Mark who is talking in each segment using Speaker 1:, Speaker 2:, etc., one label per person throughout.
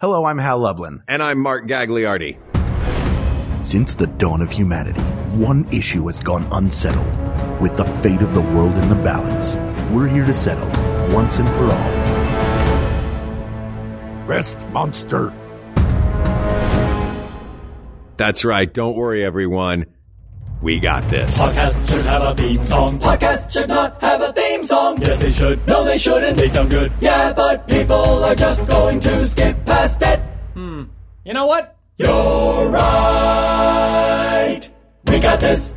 Speaker 1: Hello, I'm Hal Lublin.
Speaker 2: And I'm Mark Gagliardi.
Speaker 3: Since the dawn of humanity, one issue has gone unsettled. With the fate of the world in the balance, we're here to settle once and for all.
Speaker 4: Best monster.
Speaker 2: That's right. Don't worry, everyone. We got this.
Speaker 5: Podcasts should have a theme song.
Speaker 6: Podcasts should not have a theme song.
Speaker 5: Yes, they should.
Speaker 6: No, they shouldn't.
Speaker 5: They sound good.
Speaker 6: Yeah, but people are just going to skip past it.
Speaker 5: Hmm. You know what?
Speaker 6: You're right. We got this.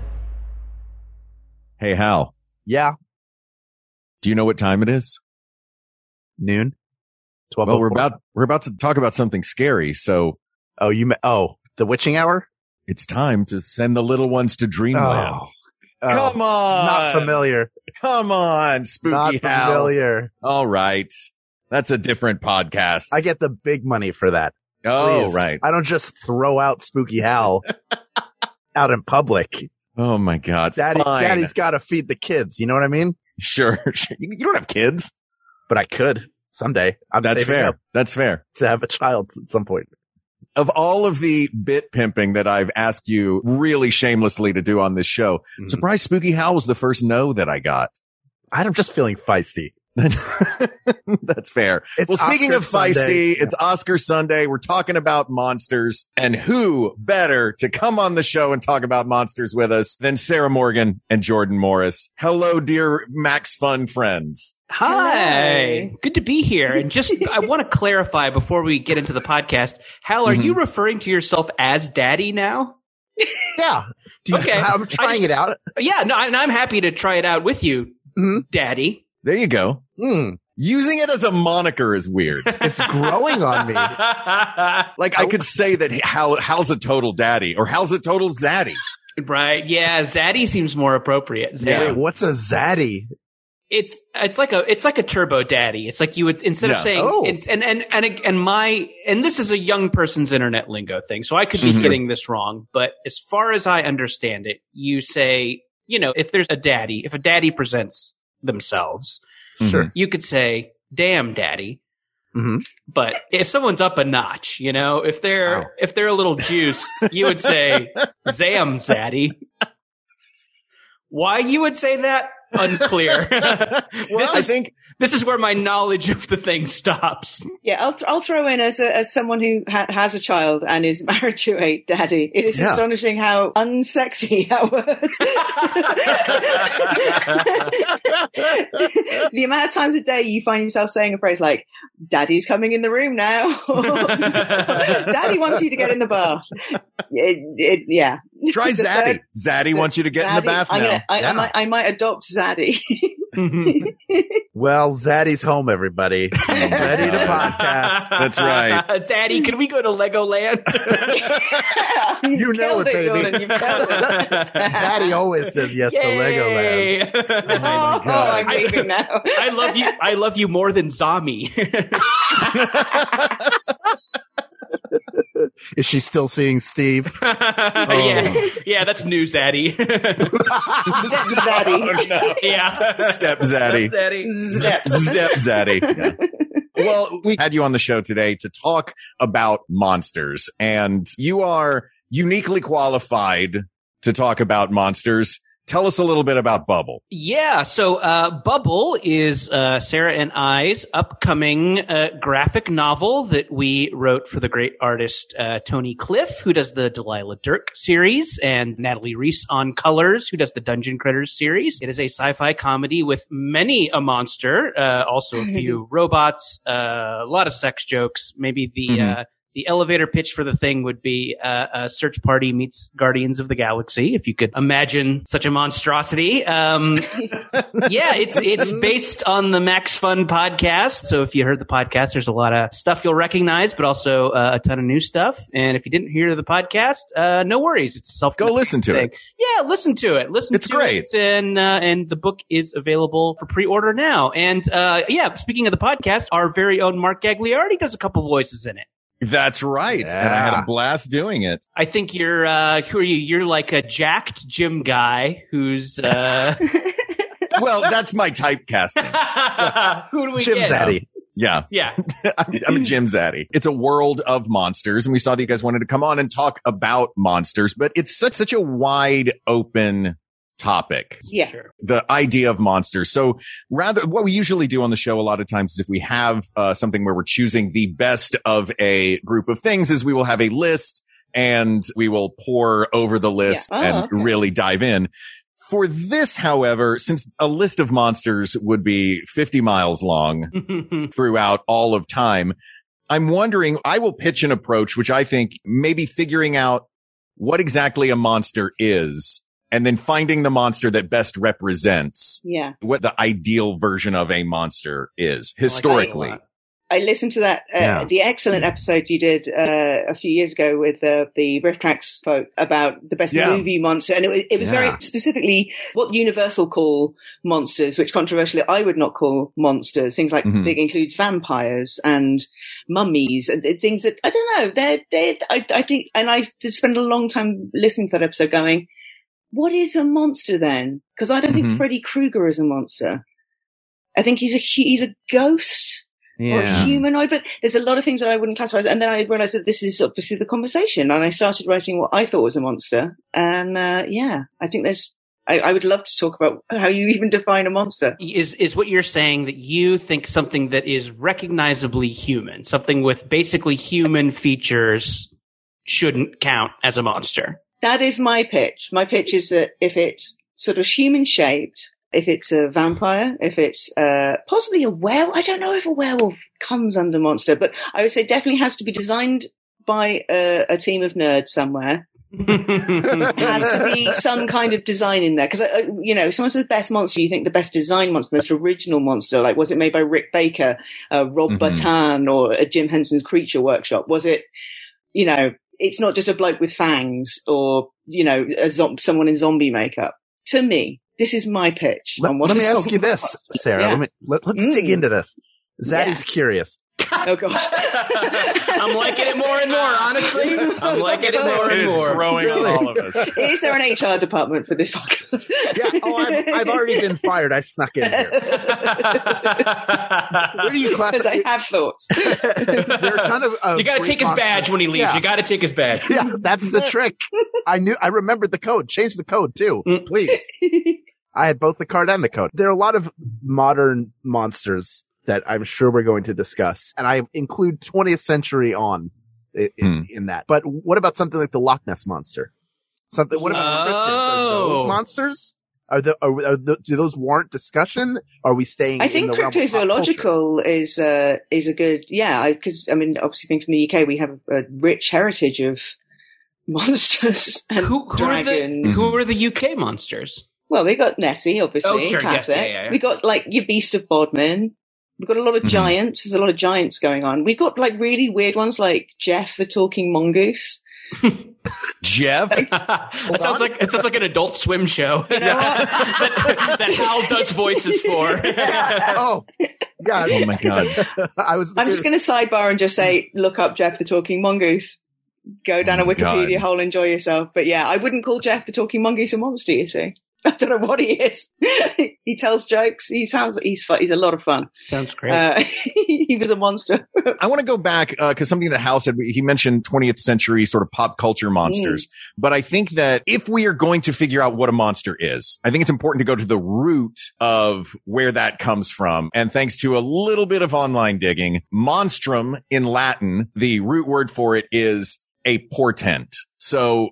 Speaker 2: Hey, Hal,
Speaker 1: Yeah,
Speaker 2: do you know what time it is?
Speaker 1: noon. Twelve.
Speaker 2: Well, we're about we're about to talk about something scary, so
Speaker 1: Oh, you. Me- oh, the witching hour.
Speaker 2: it's time to send the little ones to dreamland.
Speaker 1: Oh, Oh,
Speaker 2: Come on,
Speaker 1: not familiar.
Speaker 2: Come on, spooky
Speaker 1: Not
Speaker 2: Hal.
Speaker 1: familiar.
Speaker 2: All right, that's a different podcast.
Speaker 1: I get the big money for that.
Speaker 2: Oh,
Speaker 1: Please.
Speaker 2: right.
Speaker 1: I don't just throw out Spooky Hal out in public.
Speaker 2: Oh my God.
Speaker 1: Daddy,
Speaker 2: Fine.
Speaker 1: Daddy's got to feed the kids. You know what I mean?
Speaker 2: Sure. you you don't have kids.
Speaker 1: But I could someday. I'm
Speaker 2: That's
Speaker 1: saving
Speaker 2: fair.
Speaker 1: up
Speaker 2: That's fair.
Speaker 1: to have a child at some point.
Speaker 2: of all of the bit pimping that I've asked you really shamelessly to do on this show,
Speaker 1: Mhm.
Speaker 2: surprise Spooky Hal was the first no that I got.
Speaker 1: I'm just feeling feisty.
Speaker 2: That's fair.
Speaker 1: It's
Speaker 2: well, speaking
Speaker 1: Oscar
Speaker 2: of feisty,
Speaker 1: Sunday.
Speaker 2: it's Oscar Sunday. We're talking about monsters and who better to come on the show and talk about monsters with us than Sarah Morgan and Jordan Morris. Hello, dear Max Fun friends.
Speaker 7: Hi. Good to be here. And just, I want to clarify before we get into the podcast. Hal, are you referring to yourself as daddy now?
Speaker 1: Yeah. Do you-
Speaker 7: Okay.
Speaker 1: I'm trying
Speaker 7: just-
Speaker 1: it out.
Speaker 7: Yeah, no, and I'm happy to try it out with you,
Speaker 1: Mhm.
Speaker 7: daddy.
Speaker 2: There you go.
Speaker 1: Mm,
Speaker 2: Using it as a moniker is weird.
Speaker 1: it's growing on me.
Speaker 2: Like I could say that Hal, Hal's a total daddy or Hal's a total zaddy.
Speaker 7: right. Yeah. Zaddy seems more appropriate. Zaddy.
Speaker 1: Wait, what's a zaddy?
Speaker 7: It's it's like a it's like a turbo daddy. It's like you would instead
Speaker 2: Yeah.
Speaker 7: of saying
Speaker 1: Oh.
Speaker 7: it's, and and and and my and this is a young person's internet lingo thing, so I could be
Speaker 2: Mhm.
Speaker 7: getting this wrong. But as far as I understand it, you say you know if there's a daddy, if a daddy presents themselves,
Speaker 2: Sure.
Speaker 7: you could say "damn daddy."
Speaker 2: Mm-hmm.
Speaker 1: Mhm.
Speaker 7: But if someone's up a notch, you know, if they're
Speaker 1: Wow.
Speaker 7: if they're a little juiced, you would say "zam zaddy." Why you would say that? Unclear.
Speaker 2: well,
Speaker 7: This
Speaker 2: I
Speaker 7: is-
Speaker 2: think
Speaker 7: this is where my knowledge of the thing stops.
Speaker 8: Yeah, I'll, I'll throw in as a, as someone who ha- has a child and is married to a daddy. It is
Speaker 1: Yeah.
Speaker 8: astonishing how unsexy that word. the amount of times a day you find yourself saying a phrase like "Daddy's coming in the room now," "Daddy wants you to get in the bath." It, it, yeah,
Speaker 2: try
Speaker 8: The
Speaker 2: Zaddy.
Speaker 8: third-
Speaker 2: Zaddy wants you to get in the
Speaker 8: Zaddy.
Speaker 2: bath
Speaker 8: I'm
Speaker 2: now.
Speaker 8: gonna- I,
Speaker 1: Yeah.
Speaker 8: I, might, I might adopt Zaddy.
Speaker 1: Well, Zaddy's home, everybody. Ready to podcast.
Speaker 2: That's right.
Speaker 7: Zaddy, can we go to Legoland?
Speaker 1: You know
Speaker 8: Killed
Speaker 1: it, baby.
Speaker 8: Jordan, you've killed it.
Speaker 1: Zaddy always says yes to Legoland.
Speaker 7: Yay.
Speaker 8: Oh, I'm
Speaker 7: I-
Speaker 8: leaving now.
Speaker 7: I love you. I love you more than Zombie.
Speaker 1: Is she still seeing Steve?
Speaker 7: yeah, yeah, that's new Zaddy.
Speaker 8: Zaddy.
Speaker 2: no.
Speaker 7: yeah,
Speaker 2: Step Zaddy.
Speaker 7: Zaddy.
Speaker 2: Step Zaddy. Well, we had you on the show today to talk about monsters and you are uniquely qualified to talk about monsters. Tell us a little bit about Bubble.
Speaker 7: Yeah, so uh, Bubble is uh, Sarah and I's upcoming uh, graphic novel that we wrote for the great artist uh, Tony Cliff, who does the Delilah Dirk series, and Natalie Reese on colors, who does the Dungeon Critters series. It is a sci-fi comedy with many a monster, uh, also a few robots, uh, a lot of sex jokes. Maybe the
Speaker 2: Mhm.
Speaker 7: uh, the elevator pitch for the thing would be uh, a search party meets Guardians of the Galaxy, if you could imagine such a monstrosity. Um, yeah, it's it's based on the Max Fun podcast. So if you heard the podcast, there's a lot of stuff you'll recognize, but also uh, a ton of new stuff. And if you didn't hear the podcast, uh, no worries, it's self
Speaker 2: Go listen to it.
Speaker 7: yeah, listen to it. Listen
Speaker 2: It's
Speaker 7: to
Speaker 2: great.
Speaker 7: it. And, uh, and the book is available for pre-order now. And, uh, yeah, speaking of the podcast, our very own Mark Gagliardi does a couple voices in it.
Speaker 2: That's right. And I had
Speaker 1: Yeah.
Speaker 2: a blast doing it.
Speaker 7: I think you're, uh, who are you? You're like a jacked gym guy who's, uh,
Speaker 2: Well, that's my typecasting.
Speaker 7: who do we
Speaker 1: Jim
Speaker 7: get?
Speaker 1: Zaddy.
Speaker 2: Yeah.
Speaker 7: Yeah.
Speaker 2: I'm, I'm Jim Zaddy. It's a world of monsters, and we saw that you guys wanted to come on and talk about monsters, but it's such such a wide open topic
Speaker 8: Yeah.
Speaker 7: Sure.
Speaker 2: the idea of monsters. So rather, what we usually do on the show a lot of times is if we have uh, something where we're choosing the best of a group of things is we will have a list and we will pour over the list
Speaker 8: Oh,
Speaker 2: and
Speaker 8: okay.
Speaker 2: really dive in. For this, however, since a list of monsters would be 50 miles long throughout all of time, I'm wondering, I will pitch an approach, which I think maybe figuring out what exactly a monster is and then finding the monster that best represents
Speaker 8: Yeah.
Speaker 2: what the ideal version of a monster is
Speaker 7: I
Speaker 2: historically.
Speaker 7: like
Speaker 8: I listened to that, uh,
Speaker 1: Yeah.
Speaker 8: the excellent episode you did uh, a few years ago with uh, the Riff Tracks folk about the best
Speaker 2: Yeah.
Speaker 8: movie monster. And it was, it was
Speaker 1: Yeah.
Speaker 8: very specifically what Universal call monsters, which controversially I would not call monsters. Things like
Speaker 1: Mm-hmm.
Speaker 2: Mhm.
Speaker 8: it includes vampires and mummies and th- things that, I don't know, they're, they're I, I think, and I did spend a long time listening to that episode going, what is a monster then? Because I don't
Speaker 2: Mhm.
Speaker 8: think Freddy Krueger is a monster. I think he's a hu- he's a ghost or humanoid, but there's a lot of things that I wouldn't classify. as- And then I realized that this is obviously the conversation, and I started writing what I thought was a monster. And uh, yeah, I think there's. I, I would love to talk about how you even define a monster.
Speaker 7: Is is what you're saying that you think something that is recognizably human, something with basically human features, shouldn't count as a monster?
Speaker 8: That is my pitch. My pitch is that if it's sort of human shaped, if it's a vampire, if it's uh, possibly a werewolf, I don't know if a werewolf comes under monster, but I would say definitely has to be designed by a, a team of nerds somewhere. has to be some kind of design in there because uh, you know someone says best monster you think the best design monster the most original monster like was it made by rick baker uh, rob
Speaker 1: Mm-hmm.
Speaker 2: Mhm.
Speaker 8: Batan, or uh, jim henson's creature workshop was it you know it's not just a bloke with fangs or you know a zom- someone in zombie makeup to me this is my pitch
Speaker 1: Let,
Speaker 8: on Um, what
Speaker 1: let me
Speaker 8: a
Speaker 1: ask you
Speaker 8: zombie-
Speaker 1: this, Sarah.
Speaker 8: Yeah.
Speaker 1: Let me let, let's
Speaker 8: Mm.
Speaker 1: dig into this.
Speaker 8: Yeah.
Speaker 1: Zaddy's curious.
Speaker 8: oh gosh
Speaker 7: I'm liking it more and more, honestly. I'm liking it more
Speaker 2: It
Speaker 7: and
Speaker 2: is
Speaker 7: more.
Speaker 2: growing on
Speaker 1: Really?
Speaker 2: all of us.
Speaker 8: is there an hr department for this podcast
Speaker 1: Yeah. Oh, I'm, I've already been fired. I snuck in here. Where do you
Speaker 8: because
Speaker 1: classify?
Speaker 8: i have thoughts
Speaker 1: there are a ton of. of
Speaker 7: you got to
Speaker 1: great
Speaker 7: take his badge
Speaker 1: monsters.
Speaker 7: when he leaves.
Speaker 1: Yeah.
Speaker 7: You got to take his badge.
Speaker 1: yeah, that's the trick. I knew. I remembered the code. Change the code too,
Speaker 7: Mm.
Speaker 1: please. I had both the card and the code. There are a lot of modern monsters that I'm sure we're going to discuss, and I include 20th century on i- i-
Speaker 2: Hmm.
Speaker 1: in that. But what about something like the Loch Ness monster? Something. What about the cryptids? Are
Speaker 7: Oh.
Speaker 1: those monsters? Are, the, are, are the, do those warrant discussion? Are we staying?
Speaker 8: I
Speaker 1: in
Speaker 8: think
Speaker 1: the realm of pop culture?
Speaker 8: cryptozoological is uh, is a good yeah because I mean obviously being from the UK we have a rich heritage of monsters and
Speaker 7: Who, who, are
Speaker 8: dragons.
Speaker 7: the, who are the UK monsters?
Speaker 8: Well, we got Nessie obviously,
Speaker 7: Oh, sure, yes,
Speaker 8: classic.
Speaker 7: yeah, yeah, yeah.
Speaker 8: We got like your Beast of Bodmin. We've got a lot of
Speaker 2: Mhm.
Speaker 1: Mm-hmm.
Speaker 8: giants. There's a lot of giants going on. We've got like really weird ones like Jeff the talking mongoose.
Speaker 2: Jeff?
Speaker 7: that sounds like it sounds like an Adult Swim show that, that Hal does voices for.
Speaker 1: oh, yeah.
Speaker 2: Oh my God.
Speaker 1: I was.
Speaker 8: I'm just going to sidebar and just say, look up Jeff the Talking Mongoose. Go down
Speaker 2: Oh my
Speaker 8: a Wikipedia
Speaker 2: God.
Speaker 8: hole, enjoy yourself. But yeah, I wouldn't call Jeff the Talking Mongoose a monster. You see, I don't know what he is. he tells jokes. He sounds he's fun. He's a lot of fun.
Speaker 7: sounds great.
Speaker 8: Uh, he was a monster.
Speaker 2: I want to go back because something that Hal said, he mentioned 20th century sort of pop culture monsters. But I think that if we are going to figure out what a monster is, I think it's important to go to the root of where that comes from. And thanks to a little bit of online digging, monstrum in Latin, the root word for it is a portent. So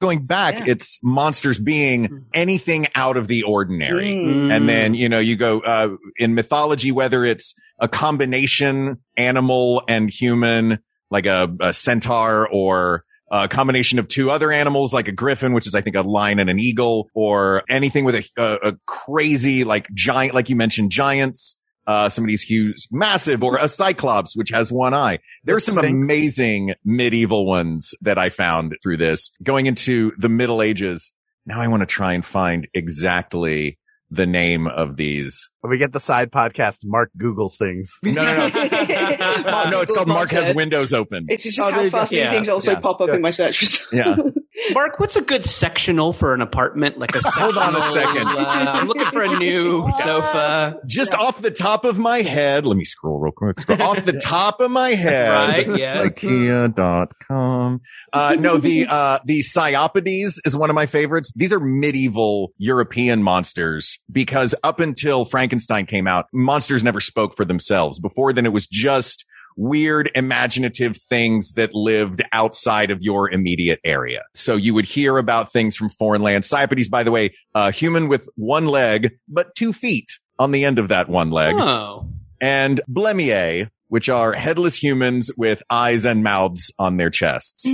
Speaker 2: going back,
Speaker 8: Yeah.
Speaker 2: it's monsters being anything out of the ordinary.
Speaker 8: Mm.
Speaker 7: Mm.
Speaker 2: And then, you know, you go, uh, in mythology, whether it's a combination animal and human, like a, a centaur or a combination of two other animals, like a griffin, which is, I think, a lion and an eagle or anything with a, a, a crazy, like giant, like you mentioned, giants. Uh, somebody's huge, massive, or a cyclops, which has one eye. There's some
Speaker 1: Sphinx.
Speaker 2: amazing medieval ones that I found through this going into the Middle Ages. Now I want to try and find exactly the name of these.
Speaker 1: When we get the side podcast, Mark Googles things.
Speaker 2: No, no, no.
Speaker 8: Mark
Speaker 7: Uh,
Speaker 2: no, it's called Mark Has
Speaker 8: Monster.
Speaker 2: Windows Open.
Speaker 8: It's just
Speaker 1: Oh, there
Speaker 8: how
Speaker 1: you go.
Speaker 8: fast
Speaker 7: Yeah.
Speaker 8: these things also
Speaker 2: Yeah.
Speaker 8: pop up
Speaker 1: Yeah.
Speaker 8: in my search results.
Speaker 2: Yeah.
Speaker 7: Mark, what's a good sectional for an apartment? Like a
Speaker 2: Hold on a
Speaker 7: sectional,
Speaker 2: second.
Speaker 7: uh, I'm looking for a new sofa.
Speaker 2: Just off the top of my head, let me scroll real quick. Scroll off the top of my head.
Speaker 7: Right? Yes.
Speaker 2: IKEA.com. Uh, no, the, uh, the Psyopides is one of my favorites. These are medieval European monsters because up until Frankenstein came out, monsters never spoke for themselves. Before then, it was just weird imaginative things that lived outside of your immediate area. So you would hear about things from foreign lands. Psyopides, by the way, a human with one leg, but two feet on the end of that one leg
Speaker 7: Oh.
Speaker 2: and blemier, which are headless humans with eyes and mouths on their chests.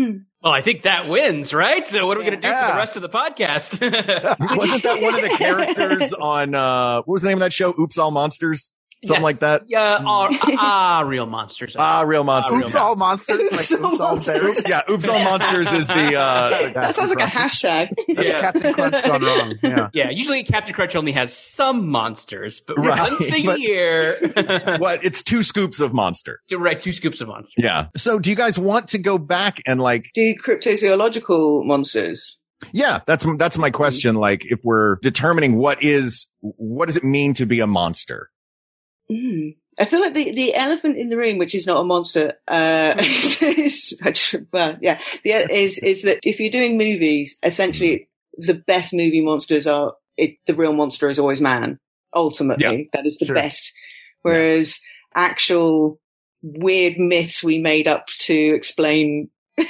Speaker 7: Well, I think that wins, right? So what are we going to do for
Speaker 1: Yeah.
Speaker 7: the rest of the podcast?
Speaker 2: Wasn't that one of the characters on uh what was the name of that show? Oops, all monsters, something
Speaker 7: Yes.
Speaker 2: like that.
Speaker 7: yeah, are, ah, real monsters.
Speaker 2: Ah, real monsters.
Speaker 1: Oops, all monsters. Like, oops,
Speaker 8: Oops, all
Speaker 1: all bears.
Speaker 8: monsters.
Speaker 2: yeah, oops, all monsters is the uh
Speaker 1: Yeah,
Speaker 8: that sounds like a hashtag.
Speaker 1: That's
Speaker 7: Yeah.
Speaker 1: Captain Crunch gone wrong. Yeah.
Speaker 7: yeah, usually Captain Crunch only has some monsters, but
Speaker 2: Right,
Speaker 7: once a
Speaker 2: but-
Speaker 7: year,
Speaker 2: what? It's two scoops of monster.
Speaker 7: you right, two scoops of monsters.
Speaker 2: Yeah. So, do you guys want to go back and like?
Speaker 8: Do cryptozoological monsters?
Speaker 2: Yeah, that's that's my question. Like, if we're determining what is what does it mean to be a monster?
Speaker 8: Mm. I feel like the, the elephant in the room, which is not a monster, uh, is, well, yeah, the, is, is that if you're doing movies, essentially the best movie monsters are, it, the real monster is always man. Ultimately, that is the
Speaker 1: Sure.
Speaker 8: best. Whereas actual weird myths we made up to explain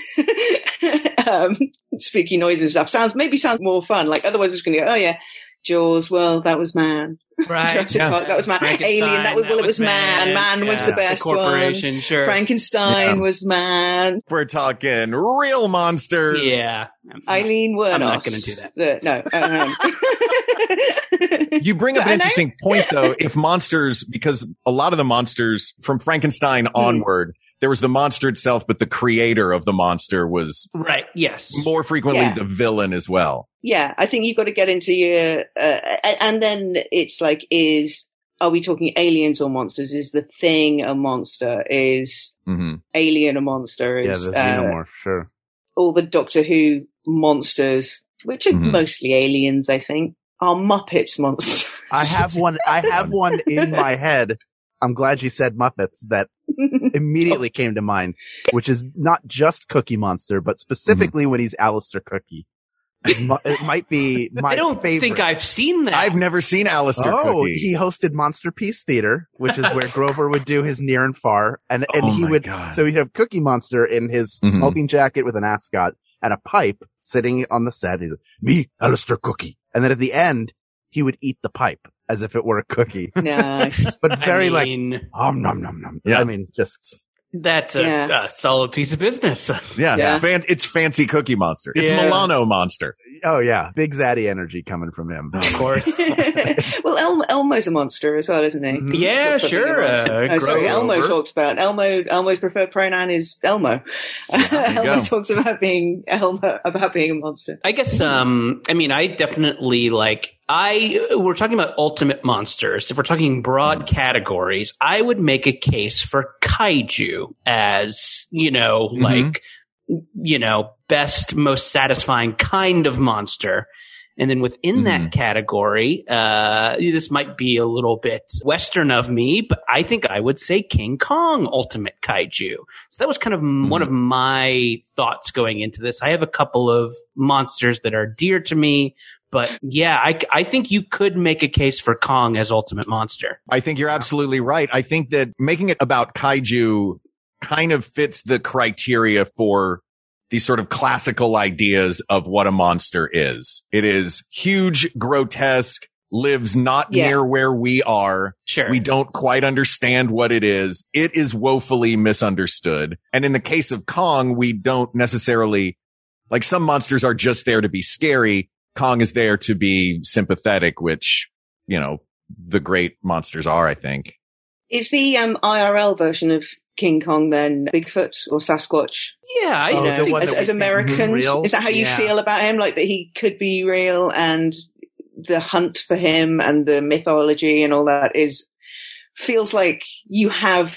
Speaker 8: um, spooky noises and stuff sounds, maybe sounds more fun. Like otherwise we're just going to go, oh yeah, Jaws, well, that was man. Jurassic
Speaker 2: Yeah.
Speaker 8: Park, that was man.
Speaker 7: Frankenstein,
Speaker 8: Alien, that was, well, it was man. Man, was
Speaker 7: Yeah.
Speaker 8: the best one.
Speaker 7: corporation, sure.
Speaker 8: Frankenstein
Speaker 2: Yeah.
Speaker 8: was man.
Speaker 2: We're talking real monsters.
Speaker 7: yeah.
Speaker 8: Eileen Wernos.
Speaker 7: I'm not gonna do that.
Speaker 8: The- no. um,
Speaker 2: You bring up
Speaker 8: So,
Speaker 2: an
Speaker 8: and I-
Speaker 2: interesting point though. If monsters, because a lot of the monsters from Frankenstein
Speaker 8: Hmm.
Speaker 2: onward, there was the monster itself, but the creator of the monster was
Speaker 7: Right, yes.
Speaker 2: more frequently
Speaker 8: Yeah.
Speaker 2: the villain as well.
Speaker 8: yeah, I think you've got to get into your, uh, a- and then it's like, is, are we talking aliens or monsters? Is the thing a monster? Is
Speaker 2: hmm
Speaker 8: alien a monster?
Speaker 1: Yeah,
Speaker 8: Is
Speaker 1: the
Speaker 8: uh,
Speaker 1: xenomorph, sure.
Speaker 8: all the Doctor Who monsters, which are
Speaker 1: Mm-hmm.
Speaker 2: Mhm.
Speaker 8: mostly aliens, I think, are Muppets monsters.
Speaker 1: I have one. I have one in my head. I'm glad you said Muppets. That immediately came to mind, which is not just Cookie Monster, but specifically when he's Alistair Cookie. It mu- it might be my
Speaker 7: I don't
Speaker 1: favorite.
Speaker 7: think I've seen that.
Speaker 2: I've never seen Alistair
Speaker 1: oh,
Speaker 2: Cookie.
Speaker 1: he hosted Monster Peace Theater, which is where Grover would do his near and far, and and
Speaker 2: Oh
Speaker 1: he
Speaker 2: my
Speaker 1: would
Speaker 2: God.
Speaker 1: so he'd have Cookie Monster in his
Speaker 2: Mhm.
Speaker 1: smoking jacket with an ascot and a pipe sitting on the set. He'd me, Alistair Cookie, and then at the end he would eat the pipe as if it were a cookie,
Speaker 8: no.
Speaker 1: but very
Speaker 7: I
Speaker 1: like
Speaker 7: mean,
Speaker 1: om nom nom nom.
Speaker 2: Yeah.
Speaker 1: I mean, just
Speaker 7: that's a,
Speaker 8: Yeah.
Speaker 7: a solid piece of business.
Speaker 2: yeah,
Speaker 8: Yeah.
Speaker 2: Fan- it's fancy Cookie Monster. It's
Speaker 7: Yeah.
Speaker 2: Milano Monster.
Speaker 1: oh yeah, big zaddy energy coming from him.
Speaker 2: Of course.
Speaker 8: well, El- Elmo's a monster as well, isn't he?
Speaker 1: Mhm.
Speaker 7: yeah,
Speaker 8: Sort of
Speaker 7: sure. Uh,
Speaker 8: thing it was. oh, sorry,
Speaker 7: Grover.
Speaker 8: Elmo talks about Elmo. Elmo's preferred pronoun is Elmo.
Speaker 2: you
Speaker 8: Elmo
Speaker 2: go.
Speaker 8: talks about being Elmo about being a monster.
Speaker 7: I guess um I mean I definitely like I we're talking about ultimate monsters. If we're talking broad categories, I would make a case for kaiju as, you know,
Speaker 2: Mhm.
Speaker 7: like you know, best most satisfying kind of monster. And then within that category, uh, this might be a little bit Western of me, but I think I would say King Kong Ultimate Kaiju. So that was kind of m one of my thoughts going into this. I have a couple of monsters that are dear to me, but yeah, I, I think you could make a case for Kong as ultimate monster.
Speaker 2: I think you're absolutely right. I think that making it about kaiju kind of fits the criteria for these sort of classical ideas of what a monster is. It is huge, grotesque, lives not
Speaker 8: Yeah.
Speaker 2: near where we are.
Speaker 7: Sure.
Speaker 2: We don't quite understand what it is. It is woefully misunderstood. And in the case of Kong, we don't necessarily like some monsters are just there to be scary. Kong is there to be sympathetic, which, you know, the great monsters are, I think.
Speaker 8: Is the um, IRL version of King Kong then Bigfoot or Sasquatch?
Speaker 7: yeah, I
Speaker 1: Oh,
Speaker 8: you
Speaker 1: the
Speaker 8: know,
Speaker 7: think
Speaker 1: one
Speaker 8: as,
Speaker 1: that we
Speaker 8: as
Speaker 1: think is
Speaker 8: Americans,
Speaker 1: real?
Speaker 8: is that how you
Speaker 1: Yeah.
Speaker 8: feel about him? Like that he could be real, and the hunt for him, and the mythology, and all that is feels like you have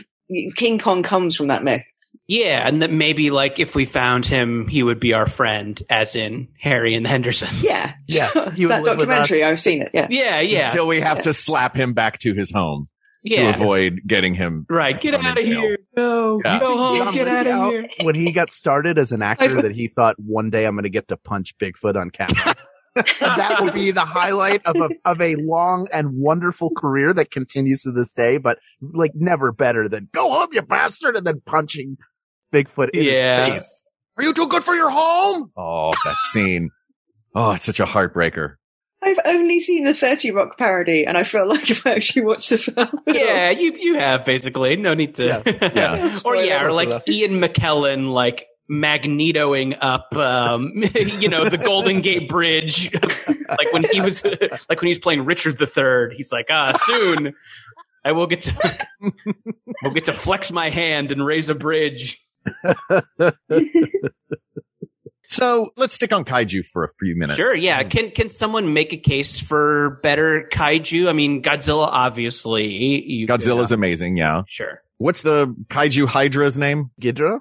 Speaker 8: King Kong comes from that myth.
Speaker 7: Yeah, and that maybe like if we found him, he would be our friend, as in Harry and the Hendersons.
Speaker 8: Yeah.
Speaker 1: Yes, he would
Speaker 8: that
Speaker 1: live with
Speaker 8: documentary,
Speaker 1: us.
Speaker 8: I've seen it. Yeah.
Speaker 7: yeah, yeah,
Speaker 2: Until we have to slap him back to his home
Speaker 7: yeah.
Speaker 2: to avoid getting him.
Speaker 7: Right, get
Speaker 2: I'm
Speaker 7: out of
Speaker 2: in jail.
Speaker 7: here. No,
Speaker 2: Yeah.
Speaker 7: go home.
Speaker 1: John
Speaker 7: Get out
Speaker 1: Lithgow,
Speaker 7: of here.
Speaker 1: When he got started as an actor,
Speaker 8: I-
Speaker 1: that he thought one day I'm going to get to punch Bigfoot on camera. that will be the highlight of a, of a long and wonderful career that continues to this day, but like never better than go home, you bastard, and then punching Bigfoot in
Speaker 7: Yeah.
Speaker 1: his face.
Speaker 2: Are you too good for your home? Oh, that scene. Oh, it's such a heartbreaker.
Speaker 8: I've only seen the 30 Rock parody, and I feel like if I actually watched the film.
Speaker 7: Yeah, you you have basically no need to.
Speaker 1: Yeah,
Speaker 2: yeah.
Speaker 7: or yeah, or
Speaker 1: Spoilers
Speaker 7: like
Speaker 1: enough.
Speaker 7: Ian McKellen, like magnetoing up, um, you know, the Golden Gate Bridge, like when he was like when he was playing Richard the Third. He's like, ah, soon I will get to, I'll get to flex my hand and raise a bridge.
Speaker 2: So let's stick on kaiju for a few minutes.
Speaker 7: Sure, yeah. Can can someone make a case for better kaiju? I mean, Godzilla, obviously. You-
Speaker 2: Godzilla's amazing. Yeah.
Speaker 7: sure.
Speaker 2: What's the kaiju Hydra's name?
Speaker 1: Ghidorah?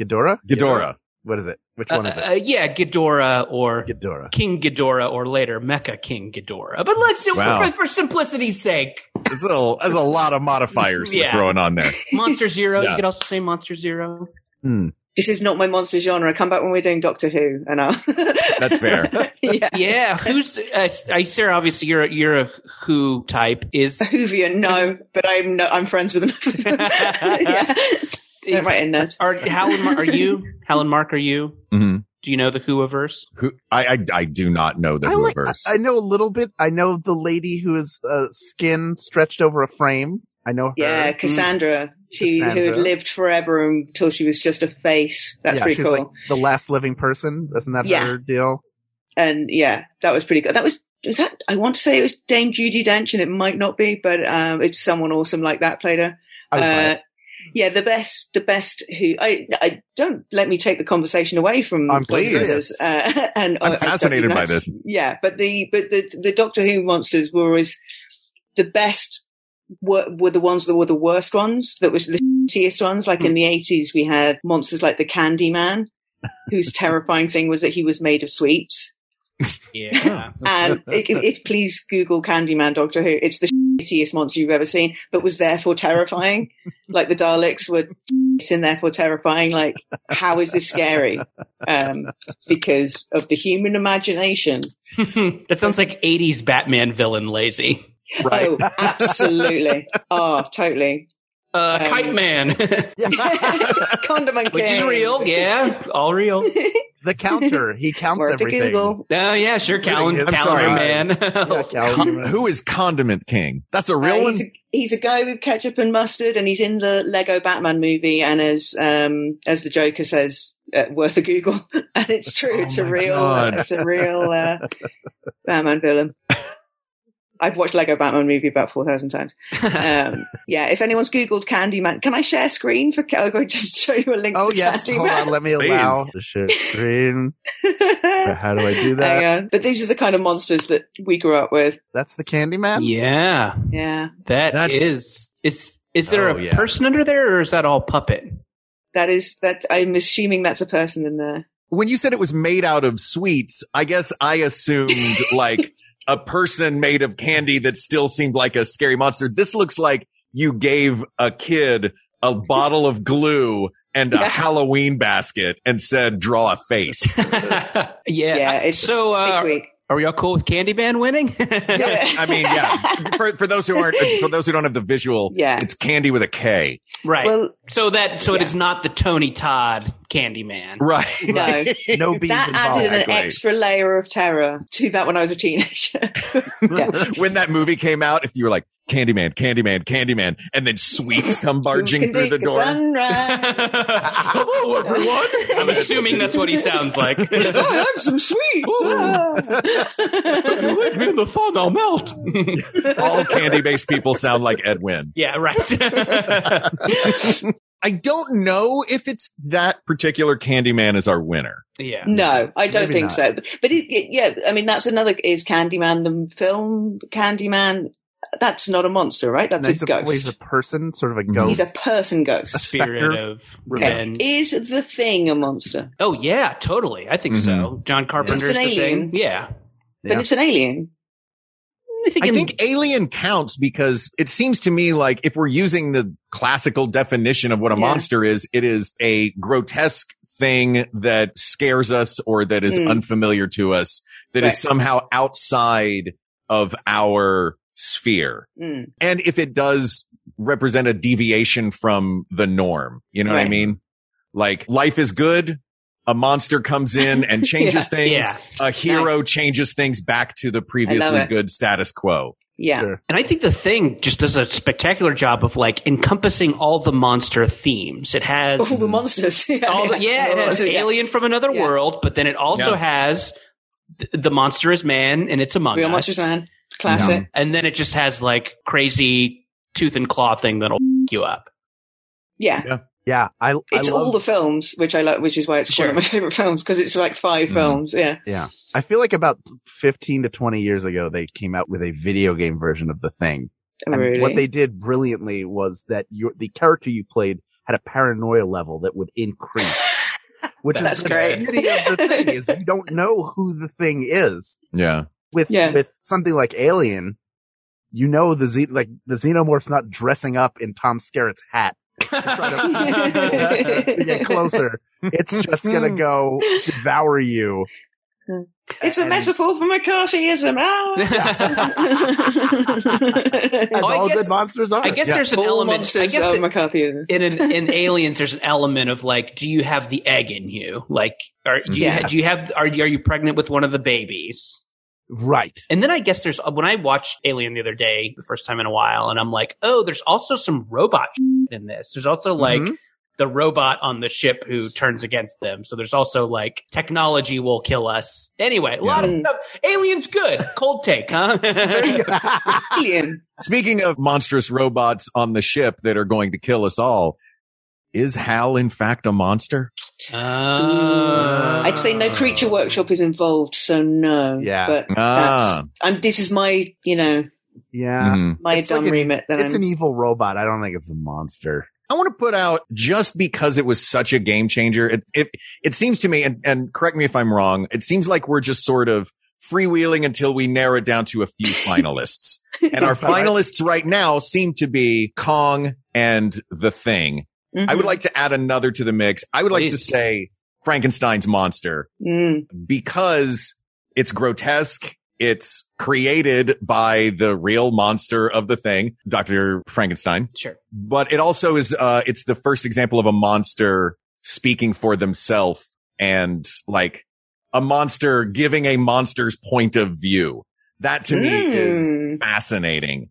Speaker 1: Ghidorah?
Speaker 2: Ghidorah.
Speaker 1: What is it? Which one is
Speaker 7: Uh,
Speaker 1: it?
Speaker 7: uh, yeah, Ghidorah or
Speaker 8: uh,
Speaker 1: Ghidorah.
Speaker 7: King Ghidorah or later Mecha King Ghidorah. But let's do
Speaker 2: Wow.
Speaker 7: for, for simplicity's sake.
Speaker 2: There's a, there's a lot of modifiers
Speaker 7: Yeah.
Speaker 2: they're throwing on there.
Speaker 7: Monster Zero.
Speaker 2: Yeah.
Speaker 7: You could also say Monster Zero.
Speaker 1: Hmm.
Speaker 8: This is not my monster genre. Come back when we're doing Doctor Who, and I'll.
Speaker 2: That's fair.
Speaker 8: yeah.
Speaker 7: Yeah. Who's uh, I- Sarah? Obviously, you're a, you're a who type. Is
Speaker 8: Hoovian, no, but I'm no, I'm friends with them. yeah. Don't
Speaker 7: is-
Speaker 8: write in that.
Speaker 7: are Hal and Mar- are you Hal and Mark? Are you?
Speaker 2: Mhm.
Speaker 7: Do you know the Whoaverse?
Speaker 2: Who, I, I, I do not know the
Speaker 1: I, like,
Speaker 2: Whoverse.
Speaker 1: I I know a little bit. I know the lady who is uh, skin stretched over a frame. I know her.
Speaker 8: Yeah, Cassandra. She who had
Speaker 1: Mm. Cassandra.
Speaker 8: lived forever until she was just a face. That's
Speaker 1: Yeah,
Speaker 8: pretty
Speaker 1: she's
Speaker 8: cool.
Speaker 1: like the last living person. Isn't that
Speaker 8: Yeah.
Speaker 1: her deal?
Speaker 8: and yeah, that was pretty good. That was was that I want to say it was Dame Judy Dench, and it might not be, but um, it's someone awesome like that played her.
Speaker 1: I
Speaker 2: Oh,
Speaker 1: would buy
Speaker 8: Uh,
Speaker 1: it.
Speaker 8: yeah, the best, the best. Who I, I don't let me take the conversation away from.
Speaker 1: I'm
Speaker 8: Monsters,
Speaker 1: pleased.
Speaker 8: Uh, and
Speaker 2: I'm
Speaker 8: I- I don't
Speaker 2: fascinated
Speaker 8: even know-
Speaker 2: by this.
Speaker 8: Yeah, but the but the the Doctor Who monsters were always the best. Were, were the ones that were the worst ones that was the shittiest ones. Like
Speaker 2: Hmm.
Speaker 8: in the eighties, we had monsters like the Candy Man, whose terrifying thing was that he was made of sweets.
Speaker 7: Yeah.
Speaker 8: And if, if- if Um, please Google Candyman Doctor Who, it's the shittiest monster you've ever seen, but was therefore terrifying. like the Daleks were shits and therefore terrifying. Like, how is this scary? Um, because of the human imagination.
Speaker 7: that sounds like '80s Batman villain. Lazy.
Speaker 1: Right.
Speaker 8: Oh, absolutely. oh, totally.
Speaker 7: Uh, Kite Man.
Speaker 8: Condiment
Speaker 7: Which is
Speaker 8: King.
Speaker 7: real, yeah, all real.
Speaker 1: the counter. He counts
Speaker 8: Worth a
Speaker 1: everything.
Speaker 8: Google. Oh,
Speaker 7: Oh yeah, sure, Callan,
Speaker 1: his
Speaker 7: Calendar
Speaker 1: eyes.
Speaker 7: Man.
Speaker 1: Yeah,
Speaker 2: Con-
Speaker 1: calendar.
Speaker 2: who is Condiment King? That's a real
Speaker 8: Uh,
Speaker 2: one?
Speaker 8: he's, a, he's a guy with ketchup and mustard, and he's in the Lego Batman movie. And as um, as the Joker says, uh, worth a Google, and it's true.
Speaker 2: Oh
Speaker 8: it's, a
Speaker 2: my
Speaker 8: real,
Speaker 2: God.
Speaker 8: it's a real, uh, Batman villain. I've watched Lego Batman movie about four thousand times. Um, yeah, if anyone's Googled Candyman, can I share screen for? I'm going to show you a link.
Speaker 1: Oh
Speaker 8: to
Speaker 1: yes. Hold on.
Speaker 8: Candyman.
Speaker 1: Let me
Speaker 2: Please.
Speaker 1: allow the share screen. How do I do that?
Speaker 8: Hang on. But these are the kind of monsters that we grew up with.
Speaker 1: That's the Candyman.
Speaker 7: yeah,
Speaker 8: Yeah,
Speaker 7: that
Speaker 2: That's-
Speaker 7: is. Is is there
Speaker 2: Oh,
Speaker 7: a
Speaker 2: yeah.
Speaker 7: person under there, or is that all puppet?
Speaker 8: that is that. I'm assuming that's a person in there.
Speaker 2: when you said it was made out of sweets, I guess I assumed like a person made of candy that still seemed like a scary monster. This looks like you gave a kid a bottle of glue and a
Speaker 8: Yeah.
Speaker 2: Halloween basket and said, draw a face.
Speaker 7: yeah,
Speaker 8: Yeah,
Speaker 7: I-
Speaker 8: it's-
Speaker 7: so.
Speaker 8: Next
Speaker 7: Uh,
Speaker 8: week.
Speaker 7: are we all cool with Candyman winning?
Speaker 8: Yeah.
Speaker 2: I mean, yeah, for, for those who aren't, for those who don't have the visual,
Speaker 8: Yeah.
Speaker 2: it's candy with a K.
Speaker 7: right.
Speaker 8: Well,
Speaker 7: so that so it
Speaker 8: yeah.
Speaker 7: is not the Tony Todd Candyman.
Speaker 2: Right.
Speaker 8: no.
Speaker 1: No beans
Speaker 8: That added
Speaker 1: involved.
Speaker 8: an
Speaker 2: Exactly.
Speaker 8: extra layer of terror to that when I was a teenager. yeah.
Speaker 2: When that movie came out, if you were like, Candyman, Candyman, Candyman, and then sweets come barging
Speaker 8: Can
Speaker 2: through
Speaker 8: take
Speaker 2: the door.
Speaker 8: sunrise.
Speaker 7: Hello, Oh, everyone. I'm assuming that's what he sounds like.
Speaker 8: I have some sweets. Ah.
Speaker 7: in the fun, I'll melt.
Speaker 2: All candy based people sound like Ed Wynn.
Speaker 7: yeah, right.
Speaker 2: I don't know if it's that particular Candyman is our winner.
Speaker 7: yeah.
Speaker 8: no, I don't
Speaker 1: Maybe
Speaker 8: think
Speaker 1: not.
Speaker 8: so. But it, it- yeah, I mean, that's another is Candyman the film Candyman. That's not a monster, right? That's
Speaker 1: No, he's
Speaker 8: a
Speaker 1: well, he's
Speaker 8: ghost.
Speaker 1: a person, sort of a
Speaker 2: Mhm.
Speaker 1: ghost.
Speaker 8: He's a person
Speaker 1: A
Speaker 8: ghost.
Speaker 7: Spirit
Speaker 1: specter.
Speaker 7: of
Speaker 1: Okay.
Speaker 7: revenge.
Speaker 8: Is the thing a monster?
Speaker 7: Oh yeah, totally. I think
Speaker 2: Mm-hmm.
Speaker 7: so. John Carpenter's
Speaker 8: It's an
Speaker 7: the thing.
Speaker 8: alien.
Speaker 7: Yeah.
Speaker 1: Yeah.
Speaker 8: Then it's an alien.
Speaker 7: I think,
Speaker 2: I
Speaker 7: in-
Speaker 2: think alien counts because it seems to me like if we're using the classical definition of what a
Speaker 8: Yeah.
Speaker 2: monster is, it is a grotesque thing that scares us or that is
Speaker 8: Mm.
Speaker 2: unfamiliar to us, that is
Speaker 8: Right.
Speaker 2: somehow outside of our sphere.
Speaker 8: Mm.
Speaker 2: And if it does represent a deviation from the norm, you know what I
Speaker 8: Right.
Speaker 2: mean? Like life is good. A monster comes in and changes
Speaker 8: Yeah.
Speaker 2: things.
Speaker 7: Yeah.
Speaker 2: A hero changes things back to the previously
Speaker 8: it.
Speaker 2: good status quo.
Speaker 8: Yeah.
Speaker 1: Sure.
Speaker 7: And I think the thing just does a spectacular job of like encompassing all the monster themes. It has
Speaker 8: All the monsters.
Speaker 7: all the, yeah, it has
Speaker 8: Yeah.
Speaker 7: alien from another
Speaker 8: Yeah.
Speaker 7: world, but then it also has th- the monster is man and it's among
Speaker 8: Real
Speaker 7: us.
Speaker 8: Monsters Man. Classic.
Speaker 7: And then it just has like crazy tooth and claw thing that'll f- you up.
Speaker 8: Yeah.
Speaker 1: Yeah, I.
Speaker 8: It's
Speaker 1: I love,
Speaker 8: all the films, which I like, which is why it's
Speaker 7: Sure.
Speaker 8: one of my favorite films because it's like five
Speaker 1: Mm.
Speaker 2: Mhm.
Speaker 8: films. Yeah.
Speaker 1: I feel like about fifteen to twenty years ago, they came out with a video game version of the thing. And
Speaker 8: Really.
Speaker 1: what they did brilliantly was that your the character you played had a paranoia level that would increase. Which
Speaker 8: That's
Speaker 1: is the
Speaker 8: great.
Speaker 1: beauty of the thing is you don't know who the thing is.
Speaker 2: Yeah.
Speaker 1: with
Speaker 8: Yeah.
Speaker 1: with something like Alien, you know the Z like the xenomorph's not dressing up in Tom Skerritt's hat to get closer. It's just gonna go devour you.
Speaker 8: It's a
Speaker 1: And-
Speaker 8: metaphor for McCarthyism. Ah!
Speaker 1: As
Speaker 7: Oh, I
Speaker 1: all
Speaker 7: guess-
Speaker 1: good monsters are.
Speaker 7: I guess
Speaker 1: Yeah.
Speaker 7: there's an
Speaker 8: All
Speaker 7: element. I
Speaker 8: monsters um,
Speaker 7: guess
Speaker 8: are
Speaker 7: it-
Speaker 8: McCarthyism.
Speaker 7: in an, in aliens there's an element of like do you have the egg in you like are do you,
Speaker 1: Yes.
Speaker 7: do you have are you, are you pregnant with one of the babies
Speaker 1: right.
Speaker 7: and then i guess there's when i watched alien the other day the first time in a while and i'm like oh there's also some robot in this there's also like
Speaker 1: Mhm.
Speaker 7: the robot on the ship who turns against them so there's also like technology will kill us anyway a lot of
Speaker 8: Yeah.
Speaker 7: stuff aliens good cold take huh
Speaker 8: Uh, Alien.
Speaker 2: Speaking of monstrous robots on the ship that are going to kill us all, is Hal in fact a monster?
Speaker 7: Oh.
Speaker 8: I'd say no creature workshop is involved, so no.
Speaker 1: Yeah.
Speaker 8: But
Speaker 2: Ah,
Speaker 8: um, this is my, you know,
Speaker 1: yeah.
Speaker 2: mhm.
Speaker 8: my
Speaker 1: It's like
Speaker 8: dumb
Speaker 1: an-
Speaker 8: remit that
Speaker 1: It's
Speaker 8: I'm.
Speaker 1: an evil robot. I don't think it's a monster.
Speaker 2: I want to put out just because it was such a game changer. It, it, it seems to me, and, and correct me if I'm wrong. It seems like we're just sort of freewheeling until we narrow it down to a few finalists. And our finalists right now seem to be Kong and the thing. I
Speaker 8: Mm-hmm.
Speaker 2: would like to add another to the mix. I would like to
Speaker 7: Please.
Speaker 2: say Frankenstein's monster.
Speaker 8: Mm.
Speaker 2: because it's grotesque. It's created by the real monster of the thing, Dr. Frankenstein.
Speaker 7: sure
Speaker 2: But it also is, uh, it's the first example of a monster speaking for themselves and like a monster giving a monster's point of view. That to me is
Speaker 8: Mm.
Speaker 2: fascinating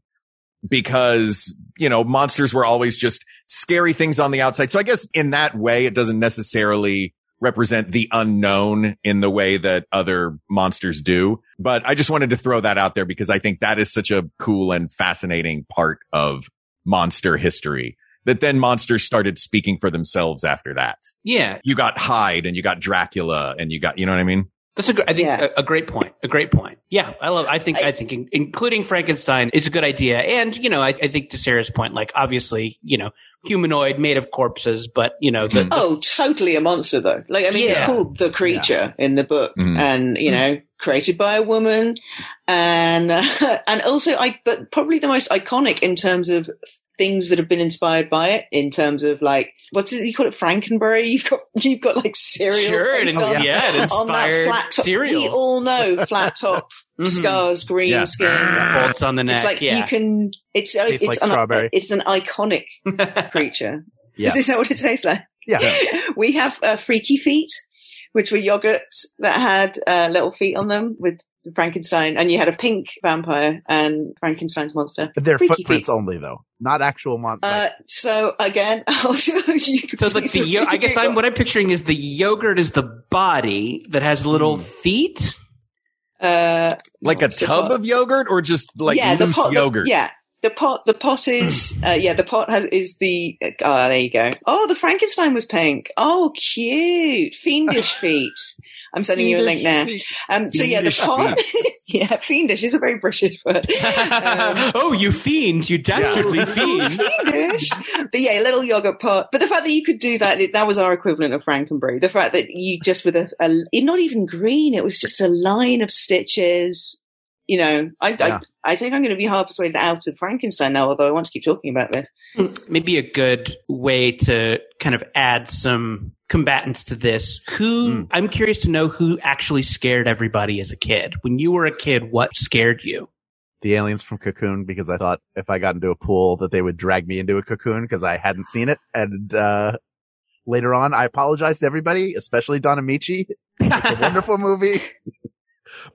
Speaker 2: because, you know, monsters were always just scary things on the outside. So I guess in that way, it doesn't necessarily represent the unknown in the way that other monsters do. But I just wanted to throw that out there because I think that is such a cool and fascinating part of monster history that then monsters started speaking for themselves after that.
Speaker 7: yeah
Speaker 2: You got Hyde and you got Dracula and you got, you know what I mean?
Speaker 7: That's a gr- I think
Speaker 8: Yeah.
Speaker 7: a, a great point. A great point. Yeah, I love. I think I,
Speaker 8: I-
Speaker 7: think in, including Frankenstein is a good idea. And you know, I, I think to Sarah's point, like obviously, you know, humanoid made of corpses, but you know, the, the-
Speaker 8: Oh, totally a monster though. Like, I mean, it's
Speaker 7: Yeah. Mm-hmm.
Speaker 8: called the creature in the book,
Speaker 2: Mhm.
Speaker 8: and you know, created by a woman, and uh, and also, I but probably the most iconic in terms of things that have been inspired by it. In terms of like, what's it? You call it Frankenberry? You've got you've got like cereal.
Speaker 7: sure, it,
Speaker 8: based
Speaker 7: yeah.
Speaker 8: on-
Speaker 7: it
Speaker 8: on that
Speaker 7: inspired
Speaker 8: flat top, we
Speaker 7: cereals.
Speaker 8: all know flat top
Speaker 7: Mhm.
Speaker 8: scars, green
Speaker 2: Yeah.
Speaker 8: skin.
Speaker 7: bolts on the neck.
Speaker 8: It's like
Speaker 7: yeah,
Speaker 8: you can. It's uh,
Speaker 1: Tastes like
Speaker 8: it's an
Speaker 1: strawberry.
Speaker 8: it's an iconic creature.
Speaker 1: Yeah.
Speaker 8: Is that what it tastes like?
Speaker 1: Yeah.
Speaker 8: we have uh, freaky feet, which were yogurts that had uh, little feet on them with Frankenstein, and you had a pink vampire and Frankenstein's monster.
Speaker 1: But they're
Speaker 8: Freaky
Speaker 1: footprints
Speaker 8: feet.
Speaker 1: only though, not actual monsters.
Speaker 8: Uh, so again, I'll show you.
Speaker 7: so like the yo- I guess I'm what I'm picturing is the yogurt is the body that has little feet.
Speaker 8: uh,
Speaker 2: Like a
Speaker 8: what's the
Speaker 2: tub
Speaker 8: pot?
Speaker 2: of yogurt or just like
Speaker 8: yeah, the
Speaker 2: loose
Speaker 8: pot, the-
Speaker 2: yogurt?
Speaker 8: yeah. The pot, the pot is, uh, yeah, the pot has, is the, oh, there you go. Oh, the Frankenstein was pink. Oh, cute. Fiendish feet. I'm sending you a link now. Um, so yeah, the
Speaker 2: Fiendish
Speaker 8: pod, yeah, fiendish is a very British word. Um,
Speaker 7: oh, you fiends! You dastardly fiends!
Speaker 8: fiendish. But yeah, a little yogurt pot. But the fact that you could do that, that was our equivalent of Frankenbrew. The fact that you just with a, a not even green, it was just a line of stitches. You know, I,
Speaker 1: Yeah.
Speaker 8: I, I think I'm going to be hard persuaded out of Frankenstein now, although I want to keep talking about this.
Speaker 7: Maybe a good way to kind of add some combatants to this. Who I'm curious to know who actually scared everybody as a kid. When you were a kid, what scared you?
Speaker 1: the aliens from Cocoon because I thought if I got into a pool that they would drag me into a cocoon because I hadn't seen it. And, uh, later on, I apologized to everybody, especially Don Amici. It's
Speaker 7: Oh,
Speaker 1: a wonderful movie.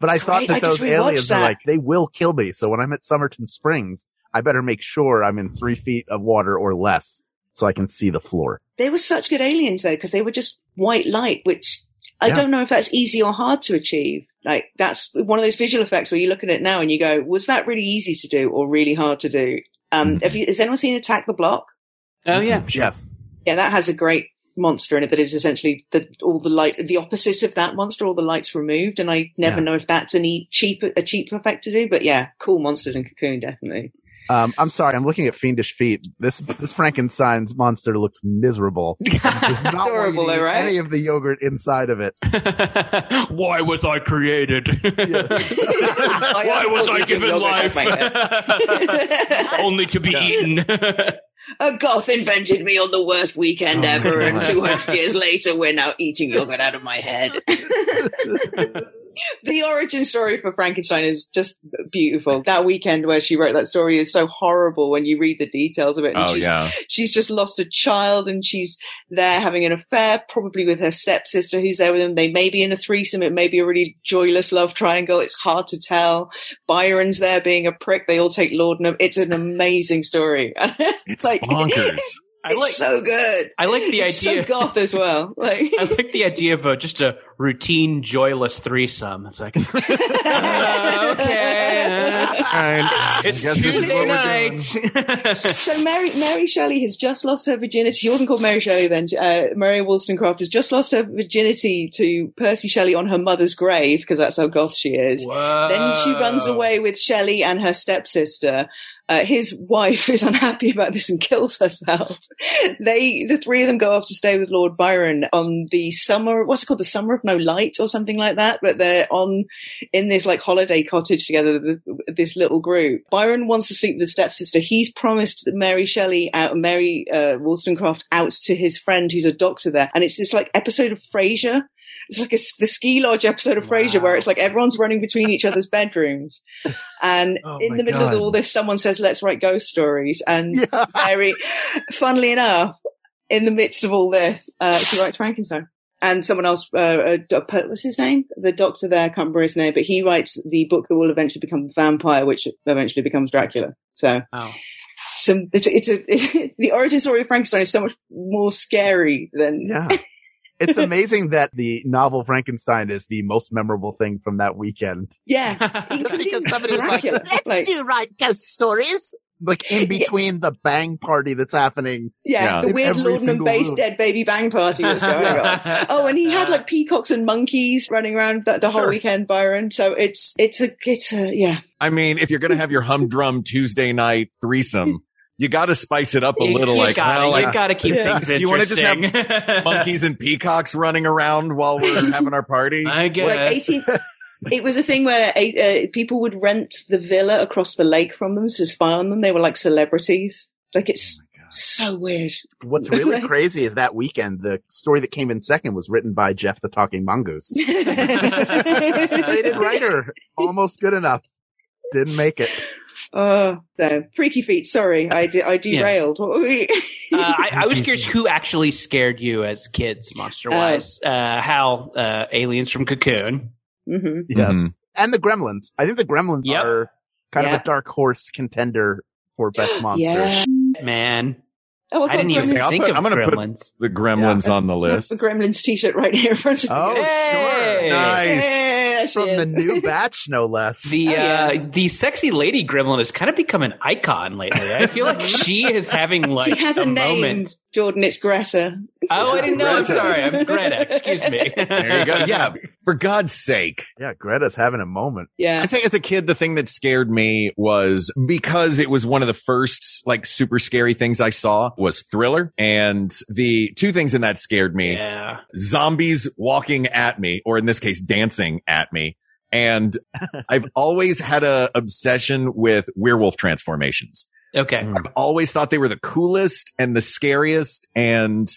Speaker 1: But I
Speaker 8: That's
Speaker 1: thought
Speaker 8: right.
Speaker 1: that
Speaker 8: I
Speaker 1: those
Speaker 8: just rewatched
Speaker 1: aliens
Speaker 8: that.
Speaker 1: are like, they will kill me. So when I'm at Somerton Springs, I better make sure I'm in three feet of water or less so I can see the floor.
Speaker 8: They were such good aliens though, because they were just white light, which I
Speaker 1: Yeah.
Speaker 8: don't know if that's easy or hard to achieve. Like that's one of those visual effects where you look at it now and you go, was that really easy to do or really hard to do? Um,
Speaker 1: Mm-hmm.
Speaker 8: have you, has anyone seen Attack the Block?
Speaker 7: Oh yeah,
Speaker 1: Yes.
Speaker 8: Yeah, that has a great monster in it that is essentially the, all the light, the opposite of that monster, all the lights removed. And I never
Speaker 1: Yeah.
Speaker 8: know if that's any cheap, a cheap effect to do, but yeah, cool monsters in Cocoon, definitely.
Speaker 1: Um, I'm sorry. I'm looking at fiendish feet. This, this Frankenstein's monster looks miserable. It's not want you
Speaker 8: Adorable,
Speaker 1: to eat
Speaker 8: though, right?
Speaker 1: any of the yogurt inside of it.
Speaker 7: Why was I created? Why
Speaker 8: I
Speaker 7: was
Speaker 8: thought
Speaker 7: I
Speaker 8: you did
Speaker 7: given
Speaker 8: yogurt,
Speaker 7: life? Only to be eaten.
Speaker 8: A goth invented me on the worst
Speaker 2: Oh,
Speaker 8: weekend ever, and 200 years later, we're now eating yogurt out of my head. the origin story for Frankenstein is just beautiful. That weekend where she wrote that story is so horrible when you read the details of it. And
Speaker 2: Oh
Speaker 8: she's,
Speaker 2: yeah.
Speaker 8: she's just lost a child, and she's there having an affair, probably with her stepsister who's there with them. They may be in a threesome. It may be a really joyless love triangle. It's hard to tell. Byron's there being a prick. They all take laudanum. It's an amazing story.
Speaker 2: It's
Speaker 8: like-
Speaker 2: bonkers.
Speaker 7: I
Speaker 8: It's
Speaker 7: like.
Speaker 8: so good.
Speaker 7: I like the
Speaker 8: it's
Speaker 7: idea.
Speaker 8: So goth as well. Like
Speaker 7: I like the idea of a, just a routine joyless threesome. It's like, uh, okay, uh,
Speaker 2: All right.
Speaker 7: it's
Speaker 2: Guess this is
Speaker 7: Tuesday
Speaker 2: what we're
Speaker 7: night.
Speaker 8: so Mary Mary Shelley has just lost her virginity. She wasn't called Mary Shelley then. Uh, Mary Wollstonecraft has just lost her virginity to Percy Shelley on her mother's grave because that's how goth she is.
Speaker 7: Whoa.
Speaker 8: Then she runs
Speaker 7: Oh.
Speaker 8: away with Shelley and her stepsister. Uh, his wife is unhappy about this and kills herself. They, the three of them, go off to stay with Lord Byron on the summer. What's it called? The summer of no light or something like that. But they're on in this like holiday cottage together. th- This little group. Byron wants to sleep with his stepsister. He's promised that Mary Shelley out, Mary uh, Wollstonecraft out to his friend who's a doctor there, and it's this like episode of Frasier it's like a, s- the ski lodge episode of Frasier where it's like everyone's running between each other's bedrooms. And
Speaker 1: Oh
Speaker 8: in
Speaker 1: my
Speaker 8: the middle
Speaker 1: God.
Speaker 8: of all this, someone says, let's write ghost stories. And
Speaker 1: Yeah.
Speaker 8: Mary, funnily enough, in the midst of all this, uh, she writes Frankenstein. And someone else, uh, uh, doc- what's his name? The doctor there, I can't remember his name, but he writes the book that will eventually become Vampire, which eventually becomes Dracula. So,
Speaker 7: Oh.
Speaker 8: some, it's, a- it's a, it's, the origin story of Frankenstein is so much more scary than
Speaker 1: Yeah. It's amazing that the novel Frankenstein is the most memorable thing from that weekend.
Speaker 8: Yeah. because
Speaker 1: somebody's like,
Speaker 8: let's do right.
Speaker 1: Like in between the bang party that's happening.
Speaker 8: Yeah,
Speaker 2: Yeah.
Speaker 8: the
Speaker 1: In
Speaker 8: weird
Speaker 1: every
Speaker 8: laudanum
Speaker 1: single
Speaker 8: based
Speaker 1: room.
Speaker 8: dead baby bang party that's going on. Oh, and he had like peacocks and monkeys running around the, the whole
Speaker 1: Sure.
Speaker 8: weekend, Byron. So it's, it's a, it's a, yeah.
Speaker 2: I mean, if you're gonna have your humdrum Tuesday night threesome, you got to spice it up a
Speaker 7: You-
Speaker 2: little.
Speaker 7: you
Speaker 2: like,
Speaker 7: gotta,
Speaker 2: well,
Speaker 7: you
Speaker 2: I-
Speaker 7: gotta keep
Speaker 2: Yeah.
Speaker 7: things
Speaker 2: Do you wanna just have
Speaker 7: interesting.
Speaker 2: monkeys and peacocks running around while we're having our party.
Speaker 7: I guess. Uh,
Speaker 8: Like 18, it was a thing where uh, people would rent the villa across the lake from them to spy on them. They were like celebrities. Like it's
Speaker 1: Oh
Speaker 8: so weird.
Speaker 1: What's really
Speaker 8: Right.
Speaker 1: crazy is that weekend, the story that came in second was written by Jeff the Talking Mongoose. Rated writer. Almost good enough. Didn't make it.
Speaker 8: oh, so freaky feet. Sorry. I, de- I derailed. Mm-hmm. What were we?
Speaker 7: uh, I, I was curious who actually scared you as kids, monster wise. Uh, Hal, uh, aliens from Cocoon.
Speaker 8: hmm
Speaker 1: Yes.
Speaker 2: Mhm.
Speaker 1: And the Gremlins. I think the Gremlins
Speaker 7: Yep.
Speaker 1: are kind of
Speaker 8: Yeah.
Speaker 1: a dark horse contender for best monster.
Speaker 8: Yeah.
Speaker 7: Man,
Speaker 8: Oh,
Speaker 7: I didn't
Speaker 8: got
Speaker 7: even
Speaker 8: Gremlins-
Speaker 2: I'll
Speaker 7: think
Speaker 2: put-
Speaker 7: of
Speaker 2: I'm gonna put-
Speaker 7: Gremlins.
Speaker 2: The Gremlins on the list.
Speaker 8: The Gremlins t-shirt right here in front of
Speaker 1: Oh,
Speaker 8: me.
Speaker 7: Hey!
Speaker 1: sure.
Speaker 2: Nice.
Speaker 8: Yeah, she
Speaker 1: From the
Speaker 8: is.
Speaker 1: new batch, no less.
Speaker 7: The
Speaker 8: Oh, yeah.
Speaker 7: uh, the sexy lady gremlin has kind of become an icon lately. I feel like she is having like
Speaker 8: has a name.
Speaker 7: moment.
Speaker 8: Jordan, it's Greta.
Speaker 7: Oh, I didn't know. I'm
Speaker 2: Greta.
Speaker 7: sorry. I'm Greta. Excuse me.
Speaker 2: There you go. Yeah. For God's sake.
Speaker 1: Yeah, Greta's having a moment.
Speaker 8: Yeah.
Speaker 2: I think as a kid, the thing that scared me was because it was one of the first like super scary things I saw was Thriller. And the two things in that scared me
Speaker 7: Yeah.
Speaker 2: zombies walking at me, or in this case, dancing at me. And I've always had a obsession with werewolf transformations.
Speaker 7: Okay.
Speaker 1: Mm.
Speaker 2: I've always thought they were the coolest and the scariest. And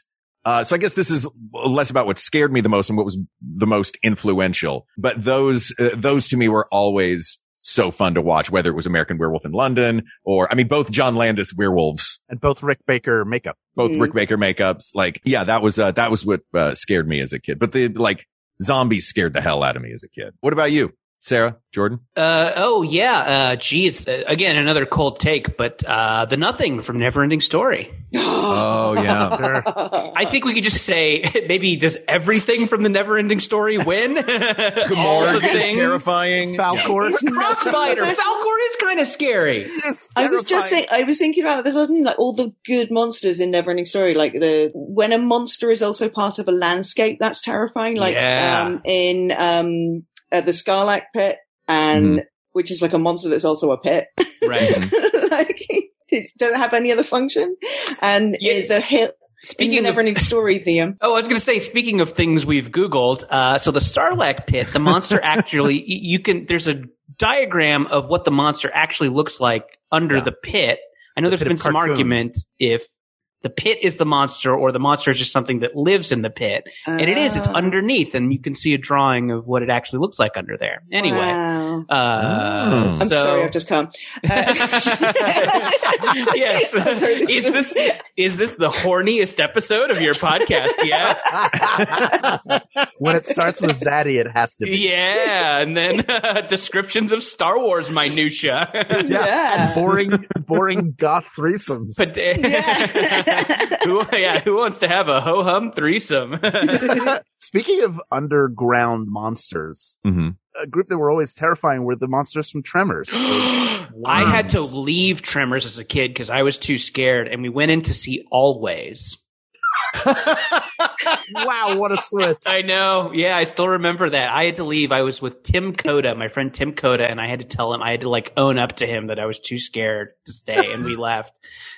Speaker 2: uh, so I guess this is less about what scared me the most and what was the most influential. But those uh, those to me were always so fun to watch, whether it was American Werewolf in London or I mean, both John Landis werewolves,
Speaker 1: And both Rick Baker makeup.
Speaker 2: both
Speaker 7: Mm-hmm.
Speaker 8: Mm.
Speaker 2: Rick Baker makeups. Like, yeah, that was uh, that was what uh, scared me as a kid. But the like zombies scared the hell out of me as a kid. What about you, Sarah, Jordan?
Speaker 7: Uh, oh yeah. Uh, geez. Uh, again, another cold take, but uh, the nothing from Neverending Story.
Speaker 2: Oh, yeah.
Speaker 7: I think we could just say maybe does everything from the Neverending Story win? All the
Speaker 2: Gamorg is
Speaker 7: things.
Speaker 2: terrifying.
Speaker 1: Falcor.
Speaker 8: It's not-
Speaker 7: Crossfighter. Falcor is kind of scary.
Speaker 1: Yes,
Speaker 8: I was just saying, I was thinking about this suddenly, like all the good monsters in Neverending Story, like the when a monster is also part of a landscape, that's terrifying. Like
Speaker 7: Yeah.
Speaker 8: um, in um, uh, the Scarlet Pit, and
Speaker 7: Mm-hmm.
Speaker 8: which is like a monster that's also a pit.
Speaker 7: Right.
Speaker 8: like it doesn't have any other function, and
Speaker 7: Yeah.
Speaker 8: it's a hill. Speaking in
Speaker 7: Speaking
Speaker 8: the
Speaker 7: of
Speaker 8: Neverending Story, Liam.
Speaker 7: Oh, I was going to say, speaking of things we've Googled, uh, so the Sarlacc pit, the monster actually, y- you can, there's a diagram of what the monster actually looks like under
Speaker 1: Yeah.
Speaker 7: the pit. I know
Speaker 1: The
Speaker 7: there's
Speaker 1: pit
Speaker 7: been
Speaker 1: of
Speaker 7: some
Speaker 1: Khartoum.
Speaker 7: argument if the pit is the monster or the monster is just something that lives in the pit. And it
Speaker 8: Uh, Ah.
Speaker 7: is, it's underneath and you can see a drawing of what it actually looks like under there. Anyway.
Speaker 8: Wow.
Speaker 7: Uh,
Speaker 2: Mm.
Speaker 8: I'm
Speaker 7: so-
Speaker 8: sorry, I've just come. Uh,
Speaker 7: yes.
Speaker 8: I'm sorry,
Speaker 7: is this is this the horniest episode of your podcast? Yeah.
Speaker 1: when it starts with Zaddy, it has to be.
Speaker 7: Yeah, and then uh, descriptions of Star Wars minutia.
Speaker 1: Yeah.
Speaker 8: Yeah.
Speaker 1: Boring, boring goth threesomes.
Speaker 7: but eh, who, yeah, who wants to have a ho hum threesome?
Speaker 1: Speaking of underground monsters,
Speaker 2: Mhm.
Speaker 1: a group that were always terrifying were the monsters from Tremors.
Speaker 7: I had to leave Tremors as a kid because I was too scared, and we went in to see Always.
Speaker 1: wow, what a switch.
Speaker 7: I know. Yeah, I still remember that. I had to leave. I was with Tim Coda, my friend Tim Coda, and I had to tell him, I had to like own up to him that I was too scared to stay, and we left.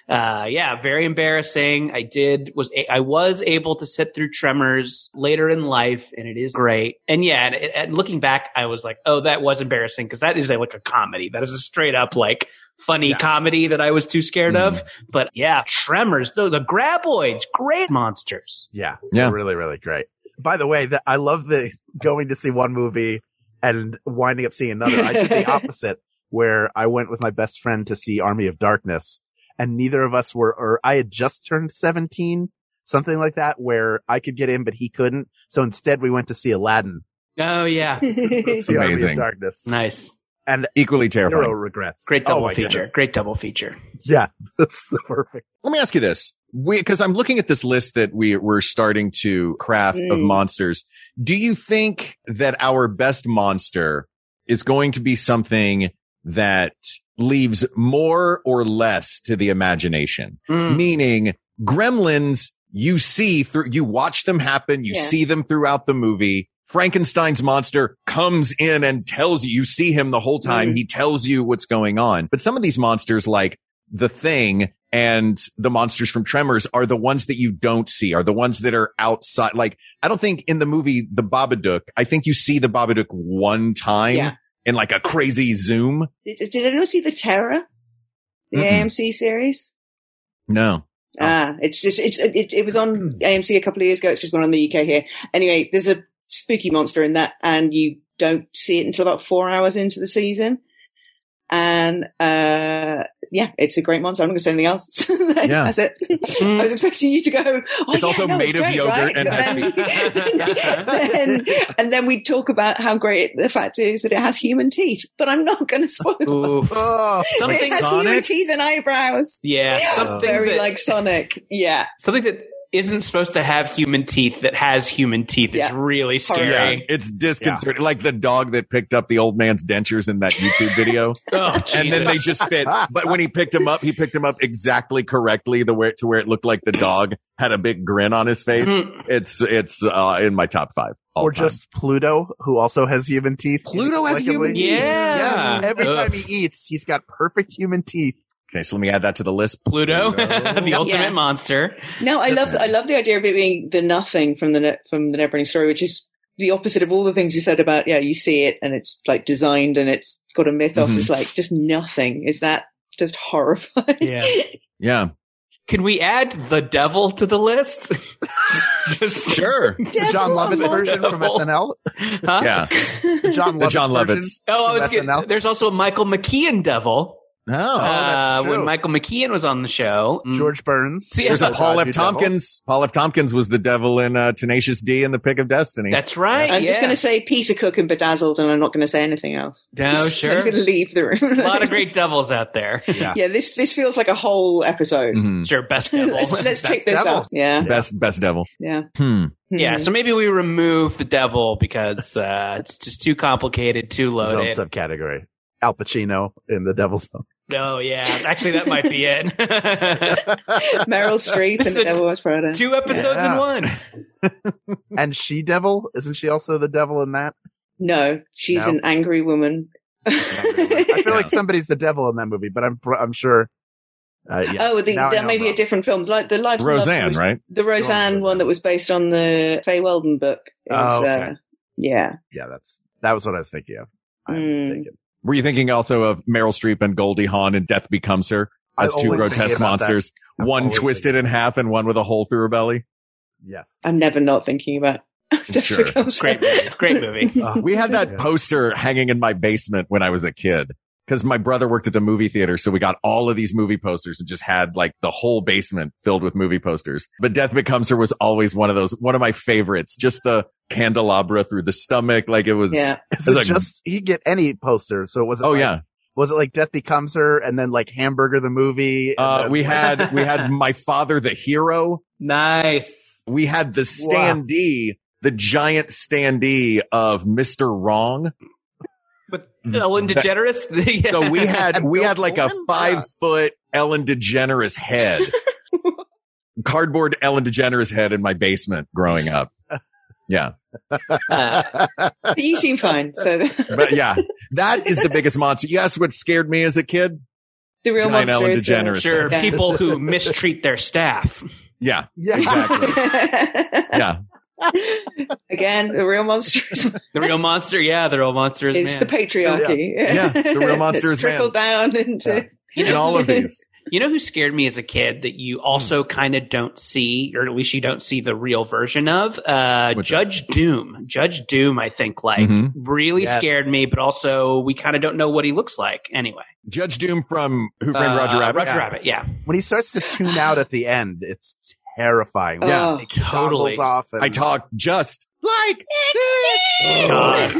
Speaker 7: Uh, yeah, very embarrassing. I did was a- I was able to sit through Tremors later in life, and it is great. And yeah, and, and looking back, I was like, oh, that was embarrassing because that is a, like a comedy. That is a straight up like. Funny comedy that I was too scared of, but yeah, Tremors, the, the Graboids, great monsters.
Speaker 1: Yeah.
Speaker 2: Yeah.
Speaker 1: Really, really great. By the way, the, I love the going to see one movie and winding up seeing another. I did the opposite where I went with my best friend to see Army of Darkness and neither of us were, or I had just turned 17, something like that where I could get in, but he couldn't. So instead we went to see Aladdin.
Speaker 7: Oh yeah,
Speaker 1: to see Army of
Speaker 2: Amazing.
Speaker 1: Darkness.
Speaker 7: nice.
Speaker 2: Equally terrifying.
Speaker 1: Zero regrets.
Speaker 7: Great
Speaker 1: Oh
Speaker 7: double
Speaker 1: my
Speaker 7: feature.
Speaker 1: goodness.
Speaker 7: Great double feature.
Speaker 1: Yeah. That's the perfect.
Speaker 2: Let me ask you this. Because I'm looking at this list that we, we're starting to craft of
Speaker 8: Mm.
Speaker 2: monsters. Do you think that our best monster is going to be something that leaves more or less to the imagination?
Speaker 8: Hmm.
Speaker 2: Meaning gremlins, you see through, you watch them happen. You
Speaker 8: Yeah.
Speaker 2: see them throughout the movie. Frankenstein's monster comes in and tells you, you see him the whole time.
Speaker 8: Hmm.
Speaker 2: He tells you what's going on. But some of these monsters like the thing and the monsters from Tremors are the ones that you don't see are the ones that are outside. Like I don't think in the movie, the Babadook, I think you see the Babadook one time
Speaker 8: Yeah.
Speaker 2: in like a crazy zoom.
Speaker 8: Did, did anyone see the Terror, the
Speaker 2: Mm-mm.
Speaker 8: AMC series?
Speaker 2: No. Oh. Hmm.
Speaker 8: Ah, it's just it's it, it was on AMC a couple of years ago. It's just one on the UK here. Anyway, there's a spooky monster in that, and you don't see it until about four hours into the season. And uh yeah, it's a great monster. I'm not going to say anything else.
Speaker 2: Yeah. Hmm.
Speaker 8: That's it. I was expecting you to go. "Oh,
Speaker 2: It's
Speaker 8: yeah,
Speaker 2: also
Speaker 8: no,
Speaker 2: made
Speaker 8: it's
Speaker 2: of
Speaker 8: great,
Speaker 2: yogurt
Speaker 8: right?"
Speaker 2: and
Speaker 8: But
Speaker 7: has
Speaker 8: then, then- and then we talk about how great the fact is that it has human teeth. But I'm not going to spoil.
Speaker 7: Oof.
Speaker 1: Oh,
Speaker 8: it
Speaker 7: Something.
Speaker 8: has human
Speaker 2: Sonic?
Speaker 8: teeth and eyebrows.
Speaker 7: Yeah. Something
Speaker 8: Very
Speaker 7: that,
Speaker 8: like Sonic. Yeah.
Speaker 7: something that isn't supposed to have human teeth that has human teeth
Speaker 8: Yeah.
Speaker 7: is really
Speaker 2: Yeah,
Speaker 7: scary.
Speaker 2: it's disconcerting. Like the dog that picked up the old man's dentures in that YouTube video.
Speaker 7: Oh,
Speaker 2: and then they
Speaker 7: Jesus.
Speaker 2: just fit. But when he picked him up, he picked him up exactly correctly the where to where it looked like the dog had a big grin on his face.
Speaker 7: Mm.
Speaker 2: It's it's uh, in my top five. all
Speaker 1: or
Speaker 2: time.
Speaker 1: just Pluto, who also has human teeth.
Speaker 2: Pluto has human
Speaker 1: inexplicably.
Speaker 7: Yeah.
Speaker 1: Yes. Every
Speaker 7: Ugh.
Speaker 1: time he eats, he's got perfect human teeth.
Speaker 2: okay. So let me add that to the list.
Speaker 7: Pluto,
Speaker 2: Pluto.
Speaker 7: the ultimate
Speaker 8: Yeah.
Speaker 7: monster.
Speaker 8: No, I love I love the idea of it being the nothing from the ne- from the Neverending Story, which is the opposite of all the things you said about yeah, you see it and it's like designed and it's got a mythos.
Speaker 7: Mm-hmm.
Speaker 2: Mhm.
Speaker 8: It's like just nothing. Is that just horrifying?
Speaker 7: Yeah.
Speaker 2: Yeah,
Speaker 7: Can we add the devil to the list? Just-
Speaker 2: sure.
Speaker 1: The John Lovitz
Speaker 7: Devil.
Speaker 1: version from SNL.
Speaker 7: Huh?
Speaker 2: Yeah,
Speaker 1: The John Lovitz.
Speaker 2: the John
Speaker 1: version.
Speaker 2: Lovitz.
Speaker 7: Oh, I was
Speaker 1: That's
Speaker 7: getting,
Speaker 1: enough.
Speaker 7: there's also a Michael McKeon devil.
Speaker 2: Oh,
Speaker 1: that's
Speaker 7: uh,
Speaker 1: true.
Speaker 7: when Michael McKeon was on the show. Mm.
Speaker 1: George Burns.
Speaker 7: See,
Speaker 2: there's a
Speaker 7: Oh,
Speaker 2: Paul
Speaker 1: God,
Speaker 2: F.
Speaker 1: you devil.
Speaker 2: Tompkins. Paul F. Tompkins was the devil in uh, Tenacious D in The Pick of Destiny.
Speaker 7: That's right.
Speaker 8: I'm just
Speaker 7: yeah.
Speaker 8: going to say Peter Cook and Bedazzled, and I'm not going to say anything else.
Speaker 7: No,
Speaker 8: I'm
Speaker 7: sure.
Speaker 8: going to leave the room.
Speaker 7: a lot of great devils out there.
Speaker 1: Yeah.
Speaker 8: yeah, this this feels like a whole episode.
Speaker 2: Mhm.
Speaker 7: Sure, best Mm. devil.
Speaker 8: let's let's take this
Speaker 1: That's devil.
Speaker 8: up. Yeah,
Speaker 2: Best best devil.
Speaker 8: yeah.
Speaker 2: Hmm.
Speaker 7: yeah, so maybe we remove the devil because uh, it's just too complicated, too
Speaker 1: His own
Speaker 7: loaded.
Speaker 1: subcategory. Al Pacino in The Devil's Own.
Speaker 7: Oh yeah, actually that might be it.
Speaker 8: Meryl Streep
Speaker 7: This
Speaker 8: and
Speaker 7: is
Speaker 8: the
Speaker 7: a-
Speaker 8: Devil Wears Prada.
Speaker 7: Two episodes in
Speaker 1: Yeah.
Speaker 7: one.
Speaker 1: And She Devil? Isn't she also the devil in that?
Speaker 8: No, she's
Speaker 1: No.
Speaker 8: an angry woman.
Speaker 1: I feel like somebody's the devil in that movie, but I'm pr- I'm sure. Uh, yeah.
Speaker 8: Oh, the,
Speaker 1: Now I
Speaker 8: that
Speaker 1: know
Speaker 8: may
Speaker 1: I'm
Speaker 8: be a
Speaker 1: wrong.
Speaker 8: different film, like the Lives and Loves
Speaker 2: Roseanne,
Speaker 8: was-
Speaker 2: right?
Speaker 8: The Roseanne
Speaker 1: Roseanne.
Speaker 8: one that was based on the Faye Weldon book. It was,
Speaker 1: Oh, okay.
Speaker 8: uh, yeah,
Speaker 1: yeah, that's that was what I was thinking of. I'm
Speaker 8: Mm.
Speaker 1: mistaken.
Speaker 2: Were you thinking also of Meryl Streep and Goldie Hawn and Death Becomes Her as
Speaker 1: I'm
Speaker 2: two
Speaker 1: always
Speaker 2: grotesque
Speaker 1: thinking about that.
Speaker 2: monsters?
Speaker 1: I'm
Speaker 2: One
Speaker 1: always
Speaker 2: twisted in half and one with a hole through her belly.
Speaker 1: Yes.
Speaker 8: I'm never not thinking about. Death
Speaker 2: Sure.
Speaker 8: Becomes
Speaker 7: Great
Speaker 8: Her.
Speaker 7: movie. Great movie.
Speaker 1: Uh,
Speaker 2: We had that
Speaker 1: Yeah.
Speaker 2: poster hanging in my basement when I was a kid because my brother worked at the movie theater. So we got all of these movie posters and just had like the whole basement filled with movie posters. But Death Becomes Her was always one of those, one of my favorites, just the candelabra through the stomach. Like it was,
Speaker 8: Yeah,
Speaker 1: Is it
Speaker 2: like-
Speaker 1: just he get any poster? So was it?
Speaker 2: oh
Speaker 1: like-
Speaker 2: yeah.
Speaker 1: Was it like Death Becomes Her and then like Hamburger the movie? and
Speaker 2: Uh,
Speaker 1: then-
Speaker 2: we had, we had my father, the hero.
Speaker 7: nice.
Speaker 2: we had the standee, the giant standee of Mr. Wrong.
Speaker 7: With Ellen DeGeneres. yeah.
Speaker 2: So we had
Speaker 1: And
Speaker 2: we
Speaker 1: Bill
Speaker 2: had like a
Speaker 1: Pullman? Yeah.
Speaker 2: five foot Ellen DeGeneres head, cardboard Ellen DeGeneres head in my basement growing up. Yeah,
Speaker 7: Uh,
Speaker 8: but you seem fine. So the,
Speaker 2: but yeah, that is the biggest monster. You asked what scared me as a kid?
Speaker 8: the real
Speaker 2: Giant
Speaker 8: monster
Speaker 2: Ellen
Speaker 8: is, uh,
Speaker 2: DeGeneres.
Speaker 7: sure,
Speaker 8: Yeah.
Speaker 7: people who mistreat their staff.
Speaker 2: Yeah,
Speaker 1: yeah.
Speaker 2: exactly. Yeah,
Speaker 8: Again, the real monster is,
Speaker 7: The real monster, yeah, the real monster is
Speaker 8: is
Speaker 7: man.
Speaker 8: the patriarchy.
Speaker 2: Yeah, the real monster
Speaker 8: It's
Speaker 2: is man.
Speaker 8: trickled down into
Speaker 2: in all of these.
Speaker 7: you know who scared me as a kid that you also
Speaker 2: Hmm.
Speaker 7: kind of don't see, or at least you don't see the real version of? Uh,
Speaker 2: Which
Speaker 7: Judge Doom. Judge Doom, I think, like,
Speaker 2: Mhm.
Speaker 7: really
Speaker 1: Yes.
Speaker 7: scared me, but also we kind of don't know what he looks like anyway.
Speaker 2: Judge Doom from Who Framed
Speaker 7: Uh,
Speaker 2: Roger Rabbit.
Speaker 7: Roger
Speaker 2: Yeah.
Speaker 7: Rabbit, yeah.
Speaker 1: When he starts to tune out at the end, it's terrifying. When
Speaker 8: Yeah.
Speaker 1: he takes the goggles
Speaker 7: Totally.
Speaker 1: Off and,
Speaker 2: I talk just like this.
Speaker 7: God.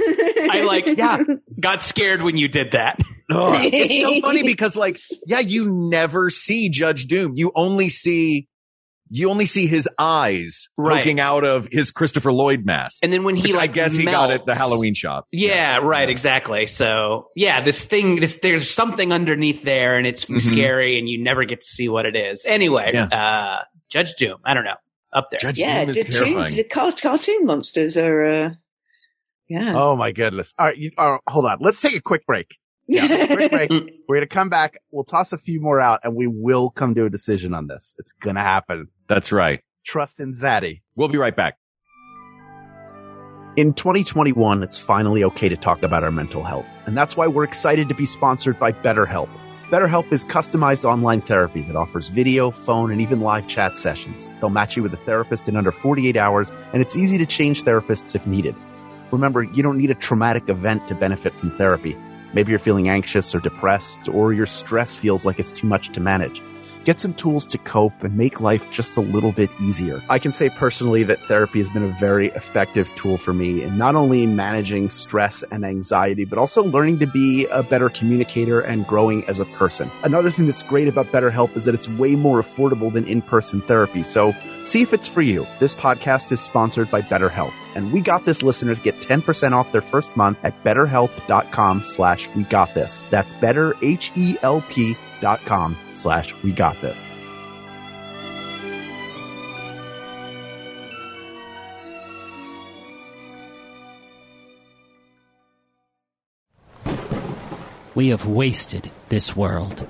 Speaker 7: I like yeah. got scared when you did that.
Speaker 2: Ugh. it's so funny because like yeah you never see judge doom you only see you only see his eyes
Speaker 7: Right.
Speaker 2: poking out of his christopher lloyd mask
Speaker 7: And then when he
Speaker 2: which
Speaker 7: like
Speaker 2: i guess he got
Speaker 7: melts-
Speaker 2: at the halloween shop
Speaker 7: Yeah, right, exactly. So yeah, this thing this there's something underneath there and it's
Speaker 2: Mhm.
Speaker 7: scary and you never get to see what it is. Anyway,
Speaker 2: Yeah.
Speaker 7: uh Judge Doom, I don't know. Up there.
Speaker 2: judge
Speaker 8: yeah,
Speaker 2: doom
Speaker 8: the
Speaker 2: is terrifying
Speaker 8: tunes, the car- cartoon monsters are. Uh, yeah.
Speaker 1: Oh my goodness! All right, you, all right, hold on. Let's take a quick break. Yeah, quick break.
Speaker 7: Mm.
Speaker 1: We're gonna come back. We'll toss a few more out, and we will come to a decision on this. It's gonna happen.
Speaker 2: that's right
Speaker 1: Trust in Zaddy.
Speaker 2: we'll be right back
Speaker 1: In 2021, it's finally okay to talk about our mental health, and that's why we're excited to be sponsored by BetterHelp. BetterHelp is customized online therapy that offers video, phone, and even live chat sessions. They'll match you with a therapist in under 48 hours, and it's easy to change therapists if needed. Remember, you don't need a traumatic event to benefit from therapy. Maybe you're feeling anxious or depressed, or your stress feels like it's too much to manage. get some tools to cope and make life just a little bit easier. I can say personally that therapy has been a very effective tool for me in not only managing stress and anxiety, but also learning to be a better communicator and growing as a person. Another thing that's great about BetterHelp is that it's way more affordable than in-person therapy. So see if it's for you. This podcast is sponsored by BetterHelp, and We Got This listeners get 10% off their first month at betterhelp.com slash we got this. That's better, E H-E-L-P dot com slash we got this.
Speaker 4: We have wasted this world.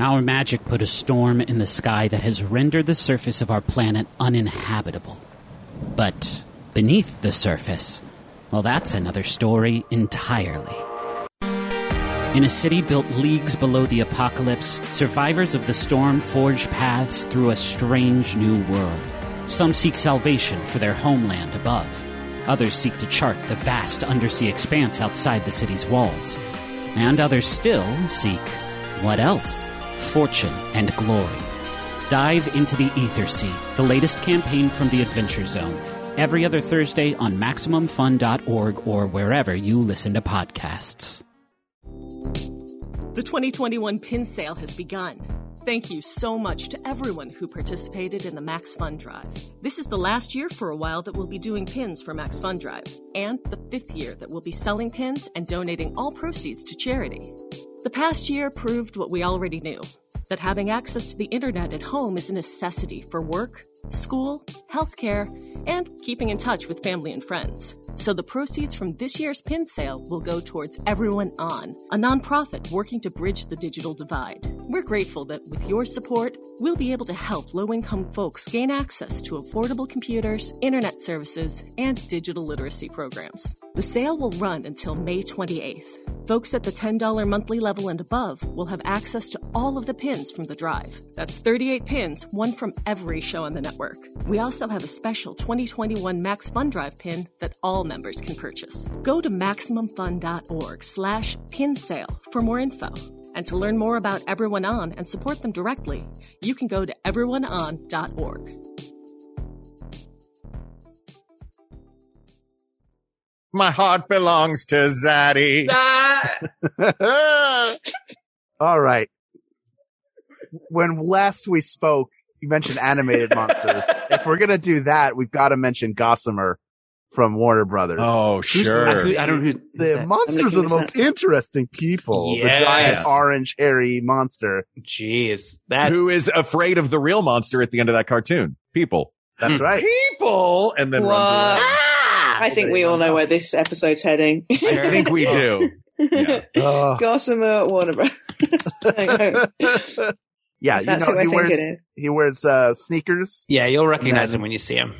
Speaker 4: Our magic put a storm in the sky that has rendered the surface of our planet uninhabitable. But beneath the surface, well, that's another story entirely. In a city built leagues below the apocalypse, survivors of the storm forge paths through a strange new world. Some seek salvation for their homeland above. Others seek to chart the vast undersea expanse outside the city's walls. And others still seek what else? Fortune and glory. Dive into the Ether Sea, the latest campaign from the Adventure Zone, every other Thursday on MaximumFun.org or wherever you listen to podcasts.
Speaker 9: The 2021 pin sale has begun. Thank you so much to everyone who participated in the Max Fund Drive. This is the last year for a while that we'll be doing pins for Max Fund Drive, and the fifth year that we'll be selling pins and donating all proceeds to charity. The past year proved what we already knew that having access to the internet at home is a necessity for work, school, healthcare, and keeping in touch with family and friends. So the proceeds from this year's pin sale will go towards Everyone On, a nonprofit working to bridge the digital divide. We're grateful that with your support, we'll be able to help low income folks gain access to affordable computers, internet services, and digital literacy programs. The sale will run until May 28th. Folks at the $10 monthly level and above will have access to all of the pins from the drive. That's 38 pins, one from every show on the network. We also have a special 2021 Max Fun Drive pin that all members can purchase. Go to MaximumFun.org slash pin sale for more info. And to learn more about Everyone On and support them directly, you can go to EveryoneOn.org.
Speaker 2: My heart belongs to Zaddy.
Speaker 1: All right. When last we spoke, you mentioned animated monsters. if we're gonna do that, we've got to mention Gossamer from Warner Brothers.
Speaker 2: Oh,
Speaker 7: I,
Speaker 2: sure.
Speaker 7: who- I don't know who.
Speaker 1: the
Speaker 7: that-
Speaker 1: monsters are the most interesting people.
Speaker 7: Yes.
Speaker 1: The giant orange hairy monster.
Speaker 7: Jeez, that's
Speaker 2: Who is afraid of the real monster at the end of that cartoon? People.
Speaker 1: That's right.
Speaker 2: People! And then runs away.
Speaker 8: I think we all know where this episode's heading.
Speaker 2: I think we do. Yeah.
Speaker 8: Gossamer Warner Bros. No, no.
Speaker 1: yeah, you
Speaker 8: That's
Speaker 1: know
Speaker 8: who I
Speaker 1: he
Speaker 8: think
Speaker 1: wears
Speaker 8: it is.
Speaker 1: he wears uh, sneakers.
Speaker 7: Yeah, you'll recognize
Speaker 1: Then-
Speaker 7: him when you see him.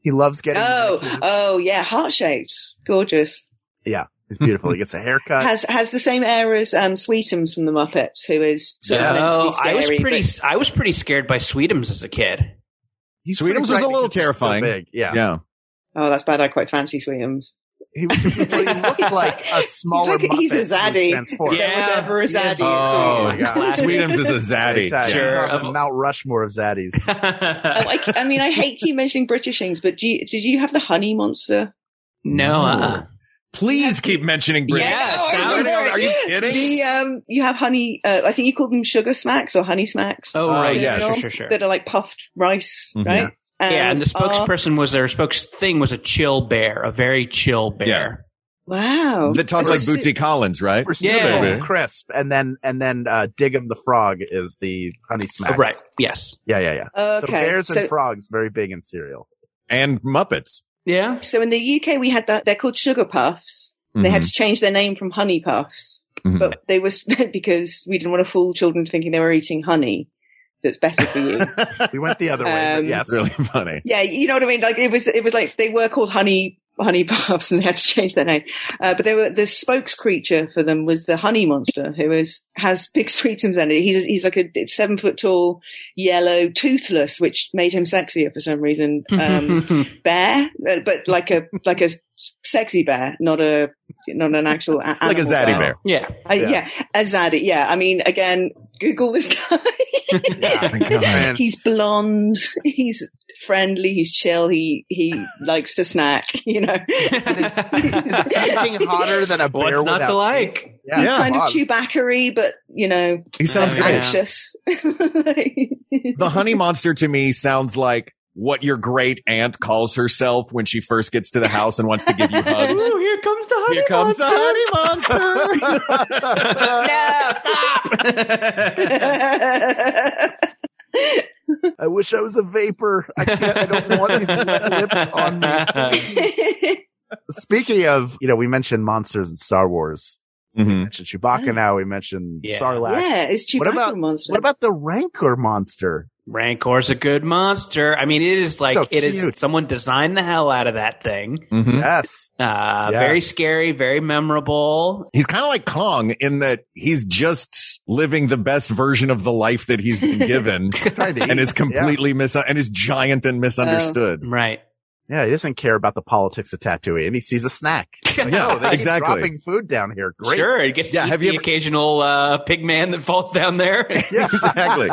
Speaker 1: He loves getting.
Speaker 8: Oh,
Speaker 1: manicures.
Speaker 8: oh yeah, heart shapes, gorgeous.
Speaker 1: he's beautiful. He gets a haircut.
Speaker 8: Has has the same air as um, Sweetums from the Muppets, who is sort
Speaker 1: Yeah.
Speaker 8: of meant to
Speaker 7: No, Oh,
Speaker 8: be
Speaker 7: I
Speaker 8: scary.
Speaker 7: was pretty.
Speaker 8: but-
Speaker 7: I was pretty scared by Sweetums as a kid.
Speaker 1: He's
Speaker 2: Sweetums
Speaker 1: pretty
Speaker 2: was a
Speaker 1: frightening
Speaker 2: little
Speaker 1: 'cause he's so
Speaker 2: terrifying.
Speaker 1: big. Yeah.
Speaker 2: Yeah.
Speaker 8: Oh, that's bad. I quite fancy Sweetums.
Speaker 1: He, he looks like a smaller
Speaker 8: He's like- he's a
Speaker 1: Muppet who
Speaker 8: zaddy.
Speaker 1: transforms.
Speaker 7: Yeah.
Speaker 8: There was ever a
Speaker 1: He is-
Speaker 8: zaddy.
Speaker 2: Oh,
Speaker 7: yeah. Classic.
Speaker 2: Sweetums is a zaddy.
Speaker 1: Zaddy. Zaddy.
Speaker 7: Sure.
Speaker 1: He's on the Mount Rushmore of zaddies.
Speaker 8: Oh, I, I mean, I hate keep mentioning British things, but do you, did you have the honey monster?
Speaker 7: no, uh-uh.
Speaker 2: Please keep mentioning Brit.
Speaker 7: Yeah, it
Speaker 8: No,
Speaker 7: sounds-
Speaker 8: sorry.
Speaker 2: Are you kidding?
Speaker 8: The, um, you have honey. Uh, I think you call them sugar smacks or honey smacks.
Speaker 2: Oh,
Speaker 7: oh, right,
Speaker 2: yeah,
Speaker 7: yeah,
Speaker 8: They're
Speaker 7: sure,
Speaker 8: all-
Speaker 7: sure, sure. Mm-hmm.
Speaker 8: That are like puffed rice,
Speaker 2: Mhm.
Speaker 8: right?
Speaker 7: yeah, and the
Speaker 8: are-
Speaker 7: spokesperson was their spokes thing was a chill bear, a very chill bear.
Speaker 8: wow.
Speaker 2: That talks like
Speaker 8: That's
Speaker 2: Bootsy Collins, right?
Speaker 1: For
Speaker 7: Yeah.
Speaker 1: Snoodle, crisp, and then and then uh, Diggum the frog is the honey
Speaker 7: Oh,
Speaker 1: smack.
Speaker 7: right. Yes.
Speaker 1: Yeah, yeah, yeah.
Speaker 8: Okay.
Speaker 1: So bears
Speaker 8: so,
Speaker 1: and frogs very big in cereal.
Speaker 2: And Muppets.
Speaker 7: Yeah.
Speaker 8: so in the UK, we had that. They're called sugar puffs. They
Speaker 7: Mm-hmm.
Speaker 8: had to change their name from honey puffs,
Speaker 2: Mhm.
Speaker 8: but they were because we didn't want to fool children thinking they were eating honey. That's better for you.
Speaker 1: We went the other way. But
Speaker 8: Um,
Speaker 1: yes.
Speaker 2: That's really funny.
Speaker 8: yeah, you know what I mean. Like it was, it was like they were called honey honey barbs and they had to change their name. Uh, but they were the spokes creature for them was the honey monster who is has big sweetums in it. He's he's like a seven foot tall, yellow, toothless, which made him sexier for some reason. Um, bear, uh, but like a like a sexy bear, not a not an actual a-
Speaker 2: like a
Speaker 8: animal
Speaker 2: zaddy bear.
Speaker 7: yeah.
Speaker 8: Uh, yeah. a zaddy. Yeah, I mean, again, Google this guy.
Speaker 1: Man,
Speaker 8: he's blonde. He's friendly. He's chill. He he likes to snack. You know,
Speaker 1: is anything hotter than a bear
Speaker 7: What's not
Speaker 1: without
Speaker 7: to
Speaker 1: teeth?
Speaker 7: like?
Speaker 1: Yeah,
Speaker 2: Yeah.
Speaker 8: kind
Speaker 1: come
Speaker 8: of
Speaker 1: on.
Speaker 8: Chewbacca-y, but you know,
Speaker 2: He sounds
Speaker 7: Yeah.
Speaker 2: great.
Speaker 8: anxious.
Speaker 2: The honey monster to me sounds like what your great aunt calls herself when she first gets to the house and wants to give you hugs.
Speaker 7: Ooh, here comes the honey
Speaker 2: Here comes the honey monster.
Speaker 7: stop.
Speaker 1: I wish I was a vapor. I can't. I don't want these wet lips on me. Speaking of, you know, we mentioned monsters in Star Wars. We
Speaker 2: Mhm.
Speaker 1: mentioned Chewbacca. Now we mentioned
Speaker 7: Yeah.
Speaker 1: Sarlacc.
Speaker 8: Mm. yeah, it's Chewbacca
Speaker 1: What about-
Speaker 8: monster.
Speaker 1: What about the Rancor monster?
Speaker 7: Rancor's a good monster. I mean, it is like
Speaker 1: So
Speaker 7: it is.
Speaker 1: cute.
Speaker 7: Someone designed the hell out of that thing.
Speaker 2: Mhm.
Speaker 1: Yes.
Speaker 7: Uh, Very scary, very memorable.
Speaker 2: He's kind of like Kong in that he's just living the best version of the life that he's been given
Speaker 1: Trying to
Speaker 2: and
Speaker 1: eat.
Speaker 2: is completely mis and is giant and misunderstood.
Speaker 7: Right.
Speaker 1: Yeah, he doesn't care about the politics of Tatooine. He sees a snack.
Speaker 2: Yeah,
Speaker 1: Oh, they keep
Speaker 2: exactly.
Speaker 1: Dropping food down here. Great.
Speaker 7: Sure. It gets
Speaker 2: Yeah,
Speaker 7: to eat
Speaker 2: have
Speaker 7: the
Speaker 2: you ever-
Speaker 7: occasional uh, pig man that falls down there.
Speaker 2: exactly.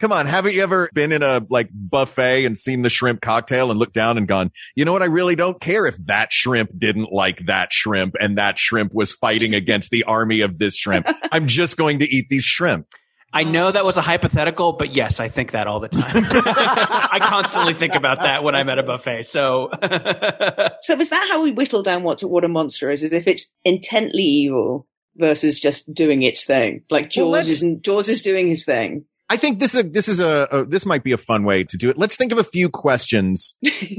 Speaker 2: Come on, haven't you ever been in a like buffet and seen the shrimp cocktail and looked down and gone, you know what? I really don't care if that shrimp didn't like that shrimp and that shrimp was fighting against the army of this shrimp. I'm just going to eat these shrimp.
Speaker 7: I know that was a hypothetical, but yes, I think that all the time. I constantly think about that when I'm at a buffet. So,
Speaker 8: so is that how we whittle down what what a monster is? Is if it's intently evil versus just doing its thing, like
Speaker 2: Well,
Speaker 8: Jaws
Speaker 2: let's-
Speaker 8: is Jaws is doing his thing.
Speaker 2: I think this is a, this is a, a this might be a fun way to do it. Let's think of a few questions.
Speaker 8: Hmm,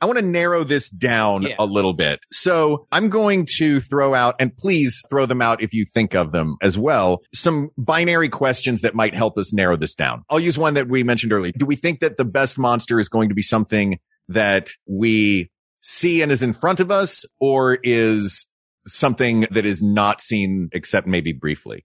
Speaker 2: I want to narrow this down
Speaker 7: Yeah.
Speaker 2: a little bit. So I'm going to throw out and please throw them out if you think of them as well. Some binary questions that might help us narrow this down. I'll use one that we mentioned earlier. Do we think that the best monster is going to be something that we see and is in front of us or is something that is not seen except maybe briefly?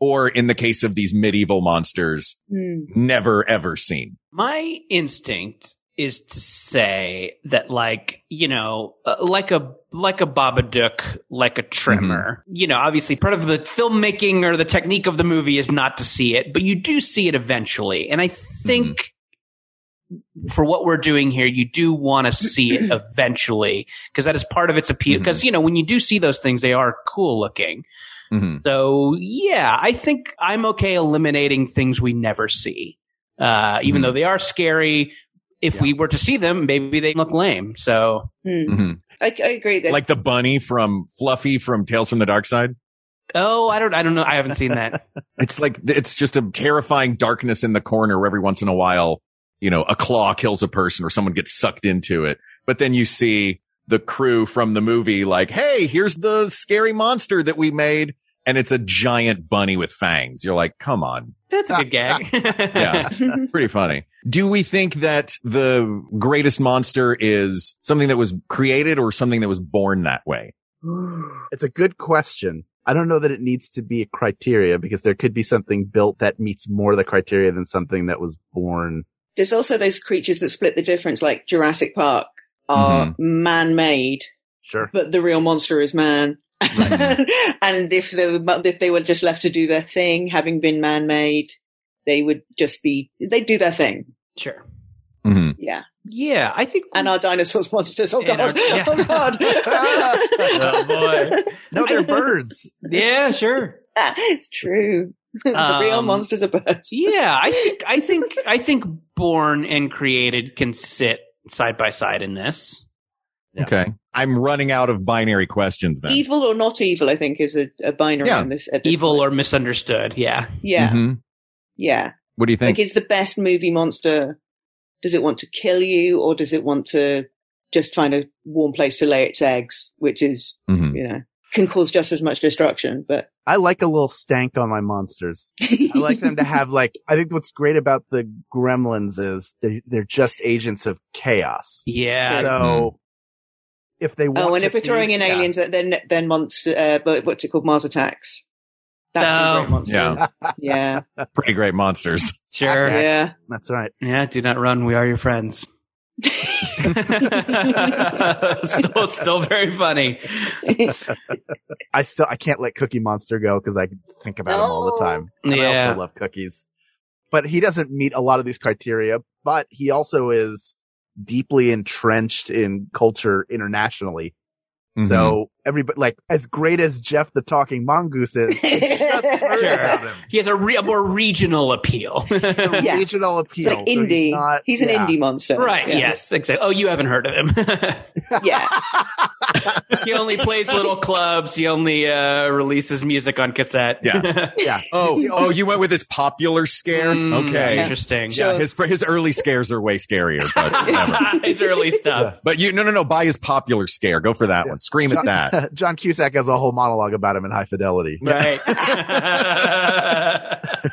Speaker 2: Or in the case of these medieval monsters,
Speaker 8: Hmm.
Speaker 2: never ever seen.
Speaker 7: my instinct is to say that, like you know, uh, like a like a Babadook, like a Tremor. You know, obviously, part of the filmmaking or the technique of the movie is not to see it, but you do see it eventually, and I think. For what we're doing here, you do want to see it eventually because that is part of its appeal. Because, you know, when you do see those things, they are cool looking.
Speaker 2: Mhm.
Speaker 7: So yeah, I think I'm okay eliminating things we never see, uh,
Speaker 1: Mm-hmm.
Speaker 7: even
Speaker 2: Mhm.
Speaker 7: though they are scary. If we were to see them, maybe they look lame. So
Speaker 8: Hmm.
Speaker 2: Mhm.
Speaker 8: I, I agree that
Speaker 2: like the bunny from Fluffy from Tales from the Dark Side.
Speaker 7: oh, I don't, I don't know, I haven't seen that.
Speaker 2: It's like it's just a terrifying darkness in the corner where every once in a while, you know, a claw kills a person or someone gets sucked into it. But then you see the crew from the movie like, "Hey, here's the scary monster that we made." And it's a giant bunny with fangs. You're like, come on.
Speaker 7: That's a good gag.
Speaker 2: Yeah. Pretty funny. Do we think that the greatest monster is something that was created or something that was born that way?
Speaker 1: It's a good question. I don't know that it needs to be a criteria because there could be something built that meets more the criteria than something that was born.
Speaker 8: there's also those creatures that split the difference, like Jurassic Park are
Speaker 7: Mm-hmm.
Speaker 8: man-made,
Speaker 1: Sure.
Speaker 8: but the real monster is man. and if they were, but if they were just left to do their thing, having been man-made, they would just be they do their thing.
Speaker 7: Sure.
Speaker 2: Mm-hmm.
Speaker 8: Yeah,
Speaker 7: Yeah, I think.
Speaker 8: and our dinosaurs monsters. Oh
Speaker 7: And
Speaker 8: god!
Speaker 7: our- yeah.
Speaker 8: Oh god!
Speaker 7: Oh, boy.
Speaker 1: No, they're birds.
Speaker 7: yeah, sure.
Speaker 8: it's true. the real
Speaker 7: Um,
Speaker 8: monsters are birds.
Speaker 7: Yeah, I think, I think, I think born and created can sit side by side in this.
Speaker 2: Okay. I'm running out of binary questions then.
Speaker 8: Evil or not evil, I think is a, a binary
Speaker 2: Yeah.
Speaker 8: on this. at this
Speaker 7: Evil Mm-hmm.
Speaker 8: point.
Speaker 7: or misunderstood. Yeah.
Speaker 8: yeah,
Speaker 2: Mhm.
Speaker 8: yeah.
Speaker 2: What do you think?
Speaker 8: Like, is the best movie monster, does it want to kill you or does it want to just find a warm place to lay its eggs? Which is,
Speaker 2: Mhm.
Speaker 8: you know, can cause just as much destruction, but
Speaker 1: I like a little stank on my monsters. I like them to have like, I think what's great about the gremlins is they, they're just agents of chaos.
Speaker 7: Yeah.
Speaker 1: So if they want
Speaker 8: oh, and
Speaker 1: to
Speaker 8: if we're throwing
Speaker 1: feed-
Speaker 8: in
Speaker 1: yeah.
Speaker 8: aliens, then then monster, uh, but what's it called, Mars attacks? That's a
Speaker 7: Oh.
Speaker 8: great monster.
Speaker 2: Yeah.
Speaker 8: yeah,
Speaker 2: Pretty great monsters.
Speaker 7: Sure. Yeah.
Speaker 8: yeah.
Speaker 1: That's right.
Speaker 7: do not run. We are your friends. still, still very funny.
Speaker 1: I still, I can't let Cookie Monster go because I think about him all the
Speaker 8: No.
Speaker 1: time. And I
Speaker 7: Yeah.
Speaker 1: also love cookies. But he doesn't meet a lot of these criteria, but he also is deeply entrenched in culture internationally.
Speaker 2: Mm-hmm.
Speaker 1: So everybody, like, as great as Jeff the Talking Mongoose is, just heard
Speaker 7: Sure.
Speaker 1: about him.
Speaker 7: He has a, re- a more regional appeal. right.
Speaker 8: Yeah.
Speaker 1: Regional appeal.
Speaker 8: like
Speaker 1: so
Speaker 8: indie.
Speaker 1: he's,
Speaker 8: he's,
Speaker 1: not,
Speaker 8: an
Speaker 1: yeah.
Speaker 8: indie monster,
Speaker 7: Yes. Exactly. Oh, you haven't heard of him.
Speaker 8: yeah.
Speaker 7: he only plays little clubs. He only uh, releases music on cassette.
Speaker 2: Yeah.
Speaker 1: Yeah.
Speaker 2: Oh, oh, you went with his popular scare?
Speaker 7: Mm,
Speaker 2: okay.
Speaker 7: Interesting.
Speaker 2: Yeah, his his early scares are way scarier, but whatever.
Speaker 7: His early stuff.
Speaker 2: But you no no no buy his popular scare. Go for that
Speaker 1: Yeah.
Speaker 2: one. Scream at that.
Speaker 1: John Cusack has a whole monologue about him in High Fidelity.
Speaker 7: Right.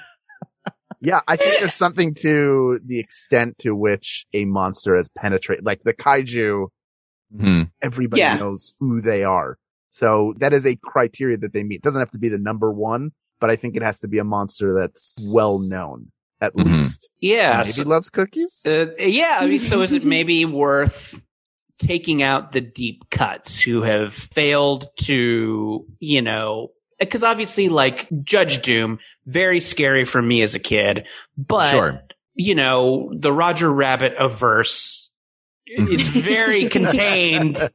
Speaker 1: Yeah, I think there's something to the extent to which a monster has penetrated, like the kaiju,
Speaker 2: Mhm.
Speaker 1: everybody
Speaker 8: Yeah.
Speaker 1: knows who they are. So that is a criteria that they meet. It doesn't have to be the number one, but I think it has to be a monster that's well known at
Speaker 2: Mhm.
Speaker 1: least.
Speaker 7: yeah.
Speaker 1: Maybe
Speaker 7: so-
Speaker 1: loves cookies.
Speaker 7: Uh, yeah, I mean, so is it maybe worth taking out the deep cuts who have failed to, you know, because obviously, like Judge Doom, very scary for me as a kid, but
Speaker 2: Sure.
Speaker 7: you know, the Roger Rabbit averse is very contained to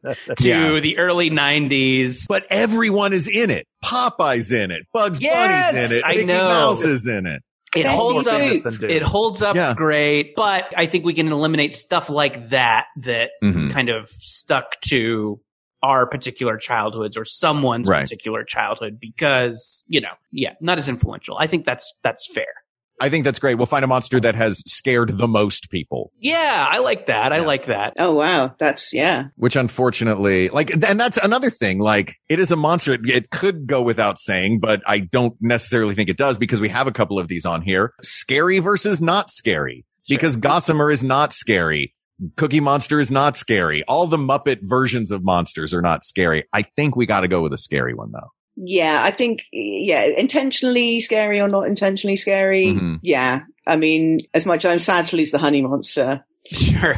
Speaker 2: Yeah.
Speaker 7: the early '90s.
Speaker 2: But everyone is in it. Popeye's in it. Bugs
Speaker 7: Yes,
Speaker 2: Bunny's in it.
Speaker 7: I
Speaker 2: Mickey
Speaker 7: know.
Speaker 2: Mouse is in it.
Speaker 7: It
Speaker 8: That's
Speaker 7: holds
Speaker 8: what
Speaker 7: up.
Speaker 8: it is.
Speaker 7: It holds up
Speaker 2: Yeah.
Speaker 7: great, but I think we can eliminate stuff like that that
Speaker 2: Mhm.
Speaker 7: kind of stuck to our particular childhoods or someone's
Speaker 2: Right.
Speaker 7: particular childhood because you know yeah not as influential i think that's that's fair
Speaker 2: I think that's great. We'll find a monster that has scared the most people,
Speaker 7: yeah i like that i
Speaker 2: Yeah.
Speaker 7: like that
Speaker 8: Oh wow, that's yeah.
Speaker 2: which unfortunately, like, and that's another thing. Like, it is a monster. It, it could go without saying, but I don't necessarily think it does because we have a couple of these on here. Scary versus not scary because Gossamer is not scary. Cookie Monster is not scary. All the Muppet versions of monsters are not scary. I think we got to go with a scary one though.
Speaker 8: Yeah, I think yeah, intentionally scary or not intentionally scary.
Speaker 7: Mm-hmm.
Speaker 2: Mhm.
Speaker 8: Yeah, I mean, as much as I'm sad to lose the honey monster.
Speaker 7: sure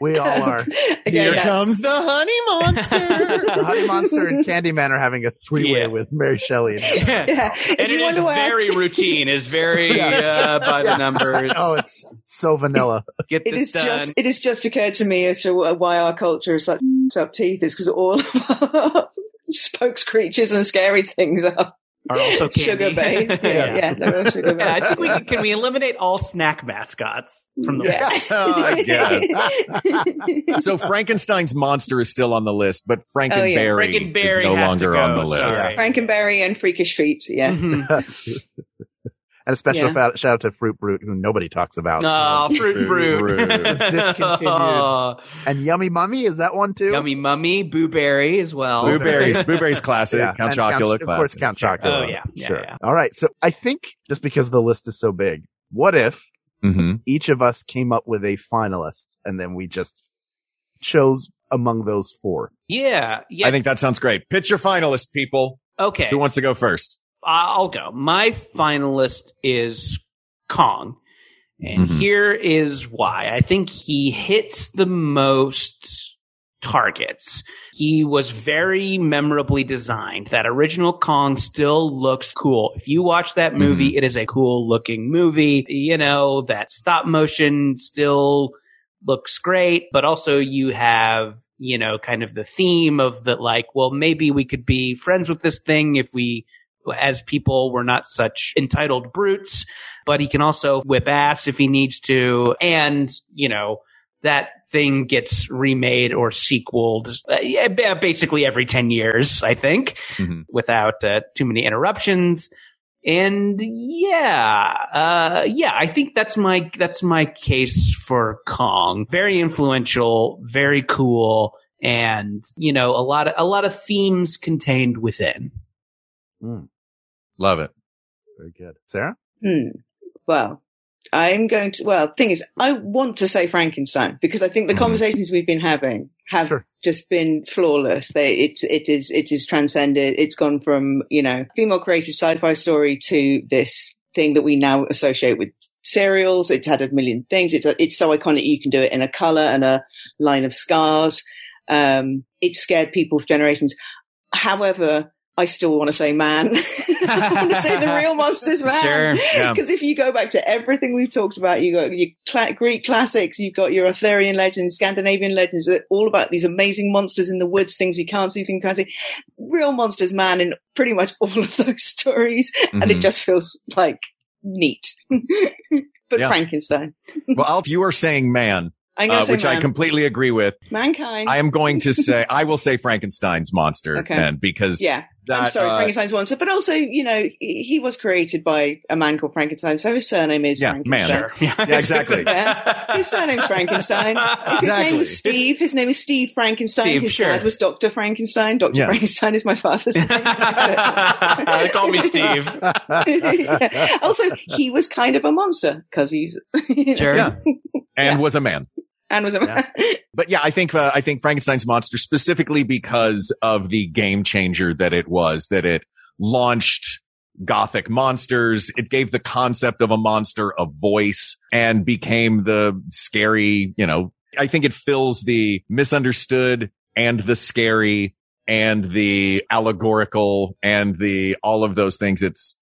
Speaker 1: We all are.
Speaker 2: Here
Speaker 8: yeah.
Speaker 2: comes the honey monster.
Speaker 1: the Honey Monster and Candyman are having a three-way
Speaker 7: Yeah.
Speaker 1: with Mary Shelley. And-
Speaker 8: Yeah, if
Speaker 7: and it
Speaker 8: you
Speaker 7: is
Speaker 8: wonder why I-
Speaker 7: very routine is very uh, by the numbers
Speaker 1: oh, it's so vanilla.
Speaker 7: get
Speaker 8: It
Speaker 7: this
Speaker 8: is
Speaker 7: done
Speaker 8: just it has just occurred to me as to wh- why our culture is such up teeth is because all of our spokes creatures and scary things are
Speaker 7: are also candy.
Speaker 8: sugar based. Yeah,
Speaker 7: yeah.
Speaker 8: yeah, they're all sugar
Speaker 7: Yeah, I
Speaker 8: based.
Speaker 7: think we can, can we eliminate all snack mascots from the
Speaker 8: Yeah.
Speaker 2: I so Frankenstein's monster is still on the list, but
Speaker 8: yeah.
Speaker 2: Frankenberry
Speaker 7: Frankenberry
Speaker 2: is no
Speaker 7: has to
Speaker 2: longer
Speaker 7: go,
Speaker 2: on the list.
Speaker 7: sorry.
Speaker 8: Frankenberry and freakish feet. Yeah.
Speaker 7: Mhm.
Speaker 1: and a special
Speaker 8: Yeah.
Speaker 1: fa- shout out to Fruit Brute, who nobody talks about.
Speaker 7: Oh, fruit
Speaker 2: Fruit
Speaker 7: brute.
Speaker 2: Brute.
Speaker 1: Discontinued.
Speaker 7: Oh,
Speaker 1: And Yummy Mummy is that one too?
Speaker 7: yummy mummy, blueberry as well.
Speaker 2: Blueberries, blueberries classic,
Speaker 1: Yeah,
Speaker 2: Count
Speaker 1: and Count-
Speaker 2: Chocula
Speaker 1: of course,
Speaker 2: classic.
Speaker 1: Count Chocula.
Speaker 7: Oh, yeah. Yeah,
Speaker 1: sure.
Speaker 7: yeah.
Speaker 1: All right, so I think just because the list is so big, what if
Speaker 2: hmm
Speaker 1: each of us came up with a finalist and then we just chose among those four?
Speaker 7: Yeah, yeah.
Speaker 2: I think that sounds great. Pitch your finalists, people.
Speaker 7: okay.
Speaker 2: Who wants to go first?
Speaker 7: I'll go. My finalist is Kong. And
Speaker 2: Mhm.
Speaker 7: here is why. I think he hits the most targets. He was very memorably designed. That original Kong still looks cool. If you watch that movie, it is a cool looking movie. You know, that stop motion still looks great, but also you have, you know, kind of the theme of the like, well, maybe we could be friends with this thing if we, as people, were not such entitled brutes, but he can also whip ass if he needs to. And, you know, that thing gets remade or sequeled uh, yeah, ba- basically every 10 years, I think,
Speaker 2: Mhm.
Speaker 7: without uh, too many interruptions. And yeah, uh, yeah, I think that's my, that's my case for Kong. Very influential, very cool, and you know a lot of a lot of themes contained within.
Speaker 2: Love it.
Speaker 1: Very good. Sarah?
Speaker 8: Hmm. Well, I'm going to. Well, thing is, I want to say Frankenstein because I think the
Speaker 2: Mhm.
Speaker 8: conversations we've been having have
Speaker 1: Sure.
Speaker 8: just been flawless. They, it's it is it is transcended. It's gone from you know female created sci-fi story to this thing that we now associate with serials. It's had a million things. It's it's so iconic. You can do it in a color and a line of scars. Um, it scared people for generations. However, I still want to say man. I want to say the real monsters man.
Speaker 7: Sure,
Speaker 2: yeah.
Speaker 8: Because if you go back to everything we've talked about, you got your cla- Greek classics, you've got your Arthurian legends, Scandinavian legends, they're all about these amazing monsters in the woods, things we can't see, things we can't see. Real monsters man in pretty much all of those stories. And it
Speaker 2: Mhm.
Speaker 8: just feels like neat. but
Speaker 2: Yeah.
Speaker 8: Frankenstein.
Speaker 2: well, Alf, you are saying man,
Speaker 8: I'm going
Speaker 2: uh,
Speaker 8: to
Speaker 2: which
Speaker 8: say
Speaker 2: I
Speaker 8: man.
Speaker 2: completely agree with.
Speaker 8: mankind.
Speaker 2: I am going to say, I will say Frankenstein's monster
Speaker 8: Okay.
Speaker 2: then because
Speaker 8: yeah.
Speaker 2: that,
Speaker 8: I'm sorry,
Speaker 2: uh,
Speaker 8: Frankenstein's monster, but also, you know, he he was created by a man called Frankenstein, so his surname is
Speaker 2: Yeah, man.
Speaker 8: Frankenstein.
Speaker 2: Sure. Yeah, exactly.
Speaker 8: His surname's Frankenstein. If His
Speaker 2: Exactly.
Speaker 8: name was Steve. His name is Steve Frankenstein.
Speaker 7: Steve,
Speaker 8: his
Speaker 7: sure.
Speaker 8: dad was Doctor Frankenstein. Doctor
Speaker 2: Yeah.
Speaker 8: Frankenstein is my father's name.
Speaker 7: they call me Steve.
Speaker 8: Yeah. Also, he was kind of a monster because he's you know,
Speaker 7: Sure.
Speaker 2: Yeah. and was a man.
Speaker 8: and was a man.
Speaker 2: But yeah, I think uh, I think Frankenstein's monster specifically because of the game changer that it was, that it launched gothic monsters. It gave the concept of a monster a voice and became the scary, you know, I think it fills the misunderstood and the scary and the allegorical and the all of those things. It's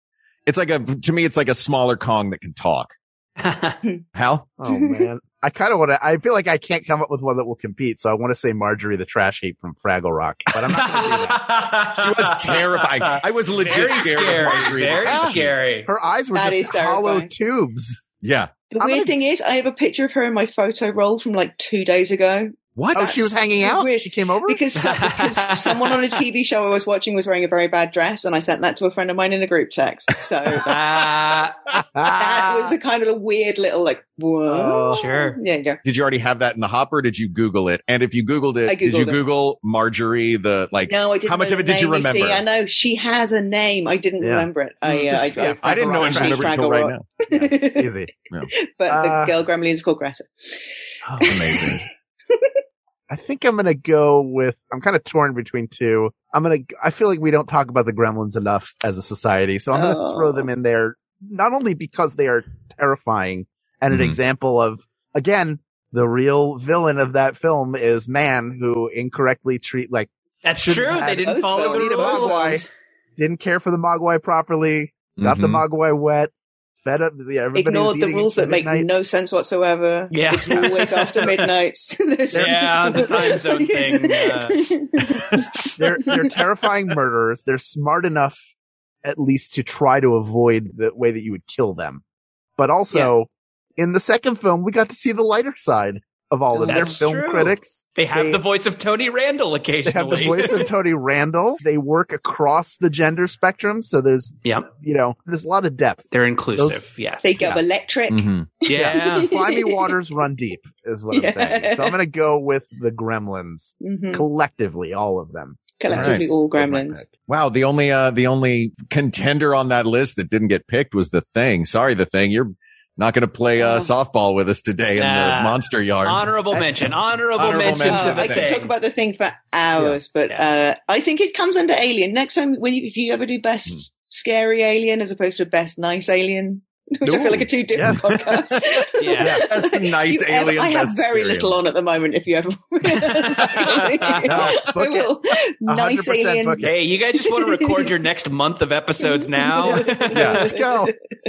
Speaker 2: it's like a to me it's like a smaller Kong that can talk. Hal?
Speaker 1: Oh man. I kind of want to, I feel like I can't come up with one that will compete. So I want to say Marjorie the trash heap from Fraggle Rock, but I'm not going to do that.
Speaker 2: She was terrifying. I was legit
Speaker 7: Very
Speaker 2: scared. of Ah.
Speaker 7: scary.
Speaker 2: Marjorie.
Speaker 7: Very scary.
Speaker 1: Her eyes were
Speaker 8: That
Speaker 1: just
Speaker 8: is
Speaker 1: hollow
Speaker 8: terrifying.
Speaker 1: tubes.
Speaker 2: Yeah.
Speaker 8: The
Speaker 1: I'm
Speaker 8: weird
Speaker 1: gonna-
Speaker 8: thing is, I have a picture of her in my photo roll from like two days ago
Speaker 2: What?
Speaker 1: Oh, she was hanging
Speaker 8: so
Speaker 1: out.
Speaker 8: weird.
Speaker 1: She came over.
Speaker 8: because, so- because someone on a TV show I was watching was wearing a very bad dress, and I sent that to a friend of mine in a group text. So that,
Speaker 7: Uh,
Speaker 8: that was a kind of a weird little like whoa.
Speaker 7: Oh, sure.
Speaker 8: Yeah, you go.
Speaker 2: did you already have that in the hopper? Did you Google it? And if you Googled it,
Speaker 8: I
Speaker 2: did you
Speaker 8: Googled it.
Speaker 2: Google Marjorie the like?
Speaker 8: No, I didn't.
Speaker 2: How much
Speaker 8: know
Speaker 2: of it
Speaker 8: the
Speaker 2: did you
Speaker 8: name, see.
Speaker 2: remember?
Speaker 8: I know she has a name. I didn't
Speaker 1: Yeah.
Speaker 8: remember it. I, uh,
Speaker 1: Just-
Speaker 8: I,
Speaker 1: yeah,
Speaker 2: I didn't know I
Speaker 1: Fraggle Rock.
Speaker 2: remembered it until right now.
Speaker 8: but
Speaker 1: Easy.
Speaker 8: the
Speaker 1: Uh,
Speaker 8: girl Gremlin is called Greta.
Speaker 1: Oh,
Speaker 2: Amazing.
Speaker 1: I think I'm gonna go with. I'm kind of torn between two. I'm gonna. I feel like we don't talk about the Gremlins enough as a society, so I'm gonna
Speaker 8: Oh.
Speaker 1: throw them in there. Not only because they are terrifying and an
Speaker 2: Mhm.
Speaker 1: example of again the real villain of that film is man who incorrectly treat like
Speaker 7: That's
Speaker 1: Should've
Speaker 7: true. They
Speaker 1: had
Speaker 7: didn't
Speaker 8: both
Speaker 7: follow the
Speaker 8: those.
Speaker 1: Need a
Speaker 7: rules.
Speaker 1: Mogwai didn't care for the Mogwai properly, got the
Speaker 2: Mhm.
Speaker 1: Mogwai wet, fed up. Yeah, everybody was
Speaker 8: Ignored the
Speaker 1: eating
Speaker 8: rules
Speaker 1: until
Speaker 8: that make
Speaker 1: midnight.
Speaker 8: no sense whatsoever.
Speaker 7: Yeah.
Speaker 8: It's always after midnight.
Speaker 7: Yeah, the time zone thing, uh,
Speaker 1: they're they're terrifying murderers. They're smart enough, at least, to try to avoid the way that you would kill them. But also, in the second film, we got to see the lighter side of all of them. They're
Speaker 7: That's
Speaker 1: film
Speaker 7: true.
Speaker 1: critics.
Speaker 7: They have
Speaker 1: They-
Speaker 7: the voice of Tony Randall
Speaker 1: They
Speaker 7: occasionally.
Speaker 1: have the voice of Tony Randall. They work across the gender spectrum, so there's
Speaker 7: Yeah.
Speaker 1: you know, there's a lot of depth.
Speaker 7: They're inclusive.
Speaker 1: Those-
Speaker 7: yes.
Speaker 8: They go electric.
Speaker 2: Mhm.
Speaker 7: yeah.
Speaker 1: Mm-hmm. Slimy waters run deep, is what
Speaker 8: Yeah.
Speaker 1: I'm saying. So I'm gonna go with the Gremlins
Speaker 8: Mhm.
Speaker 1: collectively, all of them.
Speaker 8: Collectively,
Speaker 2: Nice.
Speaker 8: all
Speaker 1: That's my
Speaker 8: gremlins.
Speaker 1: pick.
Speaker 2: Wow. The only uh the only contender on that list that didn't get picked was the thing. Sorry, the thing. You're not going to play uh,
Speaker 8: Oh.
Speaker 2: softball with us today in
Speaker 7: Nah.
Speaker 2: the monster yard.
Speaker 7: Honorable
Speaker 1: I-
Speaker 7: mention. Honorable,
Speaker 2: Honorable
Speaker 7: mention
Speaker 2: mention
Speaker 7: to
Speaker 8: Oh,
Speaker 7: the
Speaker 8: I could
Speaker 7: thing.
Speaker 8: talk about the thing for hours, but uh, I think it comes under Alien. Next time, when you, if you ever do best
Speaker 2: Hmm.
Speaker 8: scary Alien as opposed to best nice Alien, which I
Speaker 2: Ooh.
Speaker 8: feel like are two different
Speaker 1: Yes.
Speaker 8: podcasts.
Speaker 7: Yeah.
Speaker 2: Best nice
Speaker 8: You ever-
Speaker 2: Alien,
Speaker 8: I have
Speaker 2: best
Speaker 8: very
Speaker 2: scary
Speaker 8: little
Speaker 2: Alien.
Speaker 8: on at the moment. If you ever,
Speaker 1: No,
Speaker 8: I
Speaker 1: book it.
Speaker 8: will. Nice
Speaker 1: 100%
Speaker 8: Alien.
Speaker 1: book it.
Speaker 7: Hey, you guys just want to record your next month of episodes now?
Speaker 2: Yeah.
Speaker 1: Let's go.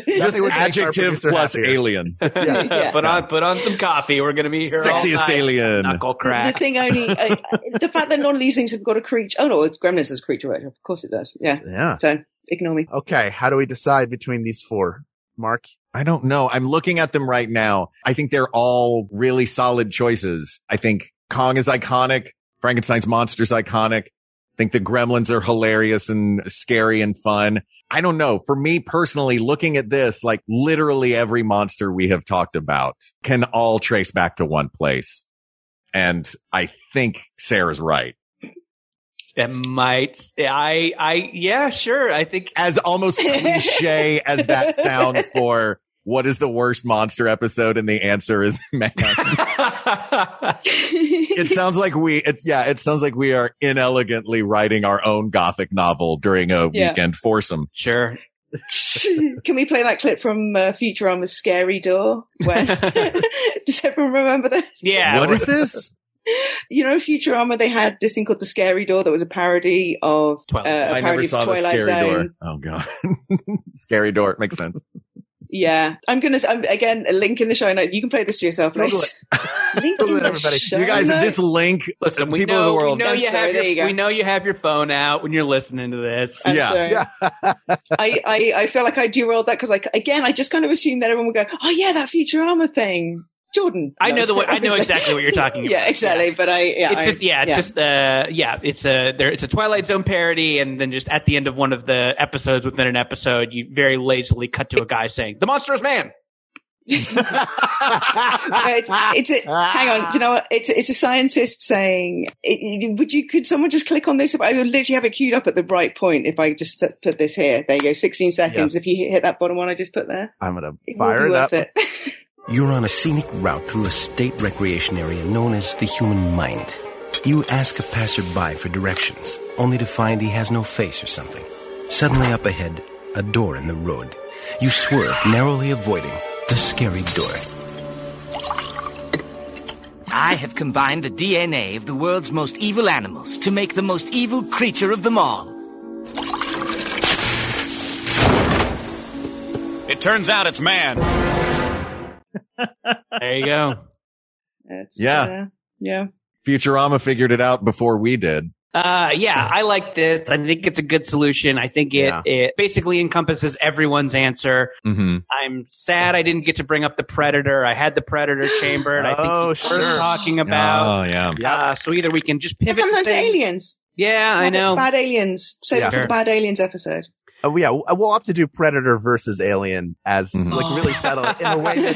Speaker 2: Just
Speaker 1: Nothing would make our
Speaker 2: adjective
Speaker 1: producer
Speaker 2: plus
Speaker 1: happier.
Speaker 2: alien.
Speaker 8: Yeah.
Speaker 7: Put on put on some coffee. We're gonna be here. all
Speaker 2: Sexiest
Speaker 7: night.
Speaker 2: alien.
Speaker 7: Knuckle
Speaker 8: The
Speaker 7: crack.
Speaker 8: thing only, I, the fact that none of these things have got a creature. Oh no, it's Gremlins has creature worship. Of course it does. Yeah.
Speaker 1: Yeah.
Speaker 8: So ignore me.
Speaker 1: Okay, how do we decide between these four? Mark,
Speaker 2: I don't know. I'm looking at them right now. I think they're all really solid choices. I think Kong is iconic. Frankenstein's monster's iconic. I think the gremlins are hilarious and scary and fun. I don't know. For me personally, looking at this, like literally every monster we have talked about can all trace back to one place. And I think Sarah's right.
Speaker 7: That might. I. I. Yeah. Sure. I think.
Speaker 2: As almost cliche as that sounds for what is the worst monster episode? And the answer is man. it sounds like we, it's, yeah, it sounds like we are inelegantly writing our own gothic novel during a
Speaker 8: Yeah.
Speaker 2: weekend foursome.
Speaker 7: sure.
Speaker 8: Can we play that clip from uh, Futurama's Scary Door? Where does everyone remember that?
Speaker 7: Yeah.
Speaker 2: what is this?
Speaker 8: You know, Futurama they had this thing called the Scary Door that was a parody of uh,
Speaker 7: Twilight
Speaker 8: a
Speaker 7: Zone.
Speaker 2: I
Speaker 8: parody
Speaker 2: never
Speaker 8: of
Speaker 2: saw the
Speaker 8: Twilight
Speaker 2: scary
Speaker 8: Zone.
Speaker 2: door. Oh God. scary door. Makes sense.
Speaker 8: Yeah, I'm gonna I'm, again a link in the show notes. You can play this to yourself.
Speaker 1: Google
Speaker 8: List. link in
Speaker 1: Google it,
Speaker 8: the
Speaker 1: everybody.
Speaker 8: show
Speaker 2: You guys,
Speaker 8: notes.
Speaker 2: this link,
Speaker 7: Listen, we
Speaker 2: people
Speaker 7: know,
Speaker 2: of the world.
Speaker 7: we know
Speaker 8: I'm
Speaker 7: you
Speaker 8: sorry,
Speaker 7: have
Speaker 8: there you
Speaker 7: your,
Speaker 8: go. Uh,
Speaker 7: we know you have your phone out when you're listening to this.
Speaker 8: I'm
Speaker 2: yeah.
Speaker 8: sorry.
Speaker 1: Yeah.
Speaker 8: I, I, I feel like I derailed that because, like, again, I just kind of assumed that everyone would go, "Oh yeah, that Futurama thing." Jordan,
Speaker 7: I know
Speaker 8: knows,
Speaker 7: the way, I know
Speaker 8: obviously.
Speaker 7: exactly what you're talking about.
Speaker 8: yeah, exactly. But I, yeah,
Speaker 7: it's
Speaker 8: I-
Speaker 7: just yeah, it's just uh yeah, it's a there it's a Twilight Zone parody, and then just at the end of one of the episodes within an episode, you very lazily cut to a guy saying, "The monstrous man."
Speaker 8: But it's a, hang on. Do you know what? It's it's a scientist saying, it, it- "Would you? Could someone just click on this?" I would literally have it queued up at the right point if I just put this here. There you go, sixteen seconds.
Speaker 1: Yes.
Speaker 8: If you hit that bottom one I just put there,
Speaker 1: I'm gonna
Speaker 8: it will
Speaker 1: fire
Speaker 8: be
Speaker 1: it up.
Speaker 8: worth it.
Speaker 10: You're on a scenic route through a state recreation area known as the human mind. You ask a passerby for directions, only to find he has no face or something. Suddenly up ahead, a door in the road. You swerve, narrowly avoiding the scary door.
Speaker 11: I have combined the DNA of the world's most evil animals to make the most evil creature of them all.
Speaker 5: It turns out it's man.
Speaker 7: There you go.
Speaker 8: It's,
Speaker 2: Yeah.
Speaker 8: uh, yeah.
Speaker 2: Futurama figured it out before we did.
Speaker 7: Uh, yeah, I like this. I think it's a good solution. I think it
Speaker 1: Yeah.
Speaker 7: it basically encompasses everyone's answer.
Speaker 2: Mm-hmm.
Speaker 7: I'm sad I didn't get to bring up the Predator. I had the Predator chambered. I think
Speaker 1: Oh,
Speaker 7: we're
Speaker 1: sure.
Speaker 7: talking about.
Speaker 2: oh yeah.
Speaker 7: Uh, so either we can just pivot. the
Speaker 8: Sometimes
Speaker 7: thing-
Speaker 8: aliens.
Speaker 7: Yeah, I
Speaker 8: Bad-
Speaker 7: know.
Speaker 8: Bad aliens. Save
Speaker 1: Yeah.
Speaker 8: it for the bad aliens episode.
Speaker 1: Oh, yeah, we'll we'll have to do Predator versus Alien as
Speaker 2: Mhm.
Speaker 1: like really settle it in a way that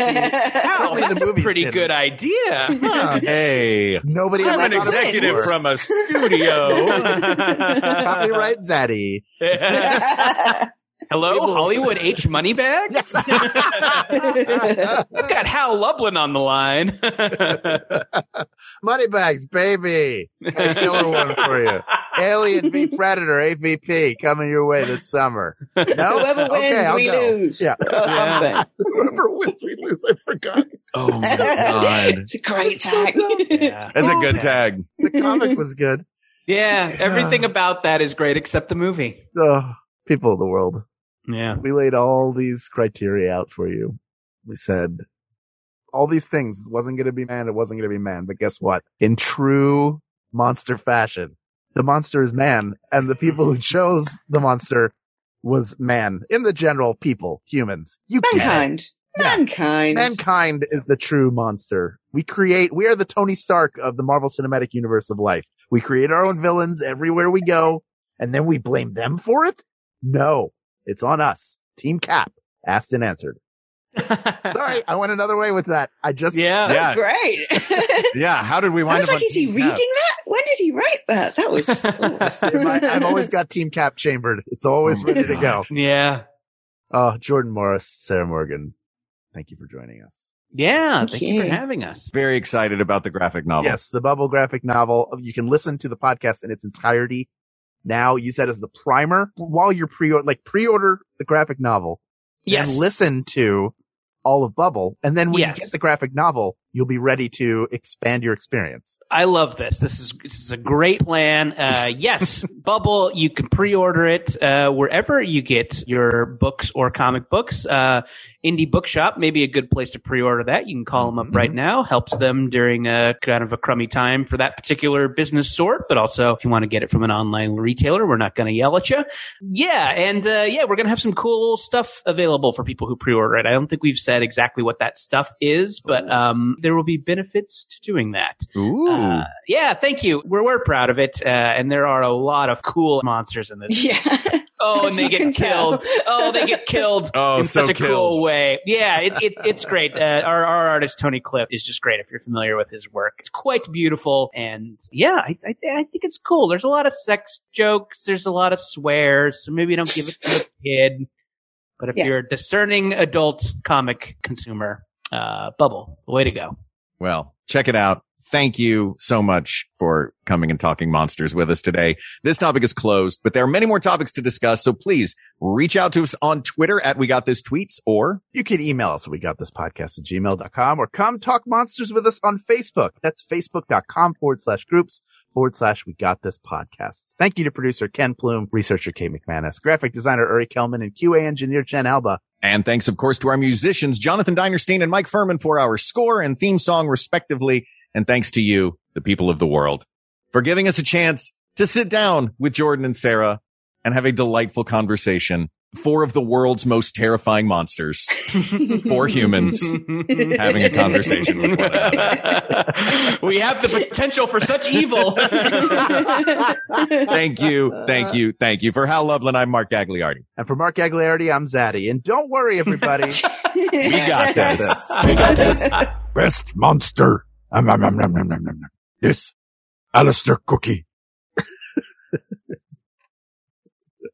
Speaker 7: Wow,
Speaker 1: Apparently the
Speaker 7: Oh, that's a
Speaker 1: movies
Speaker 7: pretty
Speaker 1: didn't.
Speaker 7: good idea.
Speaker 1: the-
Speaker 2: Hey,
Speaker 1: nobody.
Speaker 2: I'm
Speaker 1: ever
Speaker 2: an
Speaker 1: thought of it
Speaker 2: executive
Speaker 1: before.
Speaker 2: from a studio.
Speaker 1: Copyright Zaddy.
Speaker 7: Hello,
Speaker 1: People-
Speaker 7: Hollywood H Moneybags. We've got Hal Lublin on the line.
Speaker 1: Moneybags, baby. Got a killer one for you. Alien v Predator AVP coming your way this summer. No,
Speaker 8: Whoever wins,
Speaker 1: okay, I'll
Speaker 8: we
Speaker 1: go.
Speaker 8: lose.
Speaker 1: Yeah.
Speaker 8: Or something.
Speaker 1: Whoever wins, we lose. I forgot.
Speaker 2: oh my god,
Speaker 8: It's a great tag.
Speaker 7: yeah.
Speaker 2: that's a good tag.
Speaker 1: The comic was good.
Speaker 7: yeah, everything about that is great except the movie.
Speaker 1: Oh, people of the world,
Speaker 7: Yeah.
Speaker 1: we laid all these criteria out for you. We said all these things It wasn't going to be man. It wasn't going to be man. But guess what? In true monster fashion, the monster is man, and the people who chose the monster was man. In the general, people, humans, you get it.
Speaker 8: Mankind.
Speaker 1: Yeah.
Speaker 8: Mankind.
Speaker 1: Mankind is the true monster. We create, we are the Tony Stark of the Marvel Cinematic Universe of life. We create our own villains everywhere we go, and then we blame them for it? No, it's on us. Team Cap asked and answered. Sorry, I went another way with that. I just,
Speaker 7: yeah.
Speaker 2: Yeah,
Speaker 8: Oh, Great. I
Speaker 2: yeah. How did we wind
Speaker 8: was
Speaker 2: up?
Speaker 8: like,
Speaker 2: on
Speaker 8: is he
Speaker 2: Team
Speaker 8: reading
Speaker 2: Cap?
Speaker 8: that? When did he write that? That was.
Speaker 1: I, have always got Team Cap chambered. It's always
Speaker 2: Oh my
Speaker 1: ready to go.
Speaker 2: God.
Speaker 7: Yeah.
Speaker 1: Oh, Jordan Morris, Sarah Morgan, thank you for joining us.
Speaker 7: Yeah. Thank
Speaker 8: Thank
Speaker 7: you for
Speaker 8: you.
Speaker 7: having us.
Speaker 2: Very excited about the graphic novel.
Speaker 1: Yes, the Bubble graphic novel. You can listen to the podcast in its entirety. Now use that as the primer while you're pre like pre-order the graphic novel and
Speaker 7: Yes.
Speaker 1: listen to all of Bubble, and then when
Speaker 7: Yes.
Speaker 1: you get the graphic novel, you'll be ready to expand your experience.
Speaker 7: I love this. This is this is a great plan. Uh, yes, Bubble. You can pre-order it uh, wherever you get your books or comic books. Uh, Indie Bookshop may be a good place to pre-order that. You can call them up right now. Helps them during a kind of a crummy time for that particular business sort. But also, if you want to get it from an online retailer, we're not going to yell at you. Yeah, and uh, yeah, we're gonna have some cool stuff available for people who pre-order it. I don't think we've said exactly what that stuff is, but um, there will be benefits to doing that.
Speaker 2: Ooh.
Speaker 7: Uh, yeah, thank you. We're, we're proud of it. Uh, and there are a lot of cool monsters in this.
Speaker 8: yeah.
Speaker 7: Oh, and
Speaker 8: As
Speaker 7: they
Speaker 8: you can
Speaker 7: get
Speaker 8: tell.
Speaker 7: killed. Oh, they get killed
Speaker 2: Oh,
Speaker 7: in
Speaker 2: so
Speaker 7: such a cool
Speaker 2: killed.
Speaker 7: way. Yeah, it, it, it's great. Uh, our, our artist, Tony Cliff, is just great if you're familiar with his work. It's quite beautiful. And yeah, I, I, I think it's cool. There's a lot of sex jokes, there's a lot of swears, so maybe don't give it to a kid. But if
Speaker 8: Yeah.
Speaker 7: you're a discerning adult comic consumer, uh, Bubble, the way to go.
Speaker 2: Well, check it out. Thank you so much for coming and talking monsters with us today. This topic is closed, but there are many more topics to discuss. So please reach out to us on Twitter at We Got This Tweets or
Speaker 1: You can email us. We got this podcast at gmail.com or come talk monsters with us on Facebook. That's facebook.com forward slash groups forward slash we got this podcast. Thank you to producer Ken Plume, researcher Kate McManus, graphic designer Uri Kelman, and QA engineer Jen Alba.
Speaker 2: And thanks, of course, to our musicians, Jonathan Dinerstein and Mike Furman for our score and theme song, respectively. And thanks to you, the people of the world, for giving us a chance to sit down with Jordan and Sarah and have a delightful conversation. Four of the world's most terrifying monsters, four humans having a conversation with one another.
Speaker 7: we have the potential for such evil.
Speaker 2: Thank you. Thank you. Thank you. For Hal Loveland, I'm Mark Gagliardi.
Speaker 1: And for Mark Agliardi, I'm Zaddy. And don't worry, everybody.
Speaker 2: We got this.
Speaker 3: We got this. Best monster. Um, um, um, um, um, um, um. Yes. Alistair Cookie.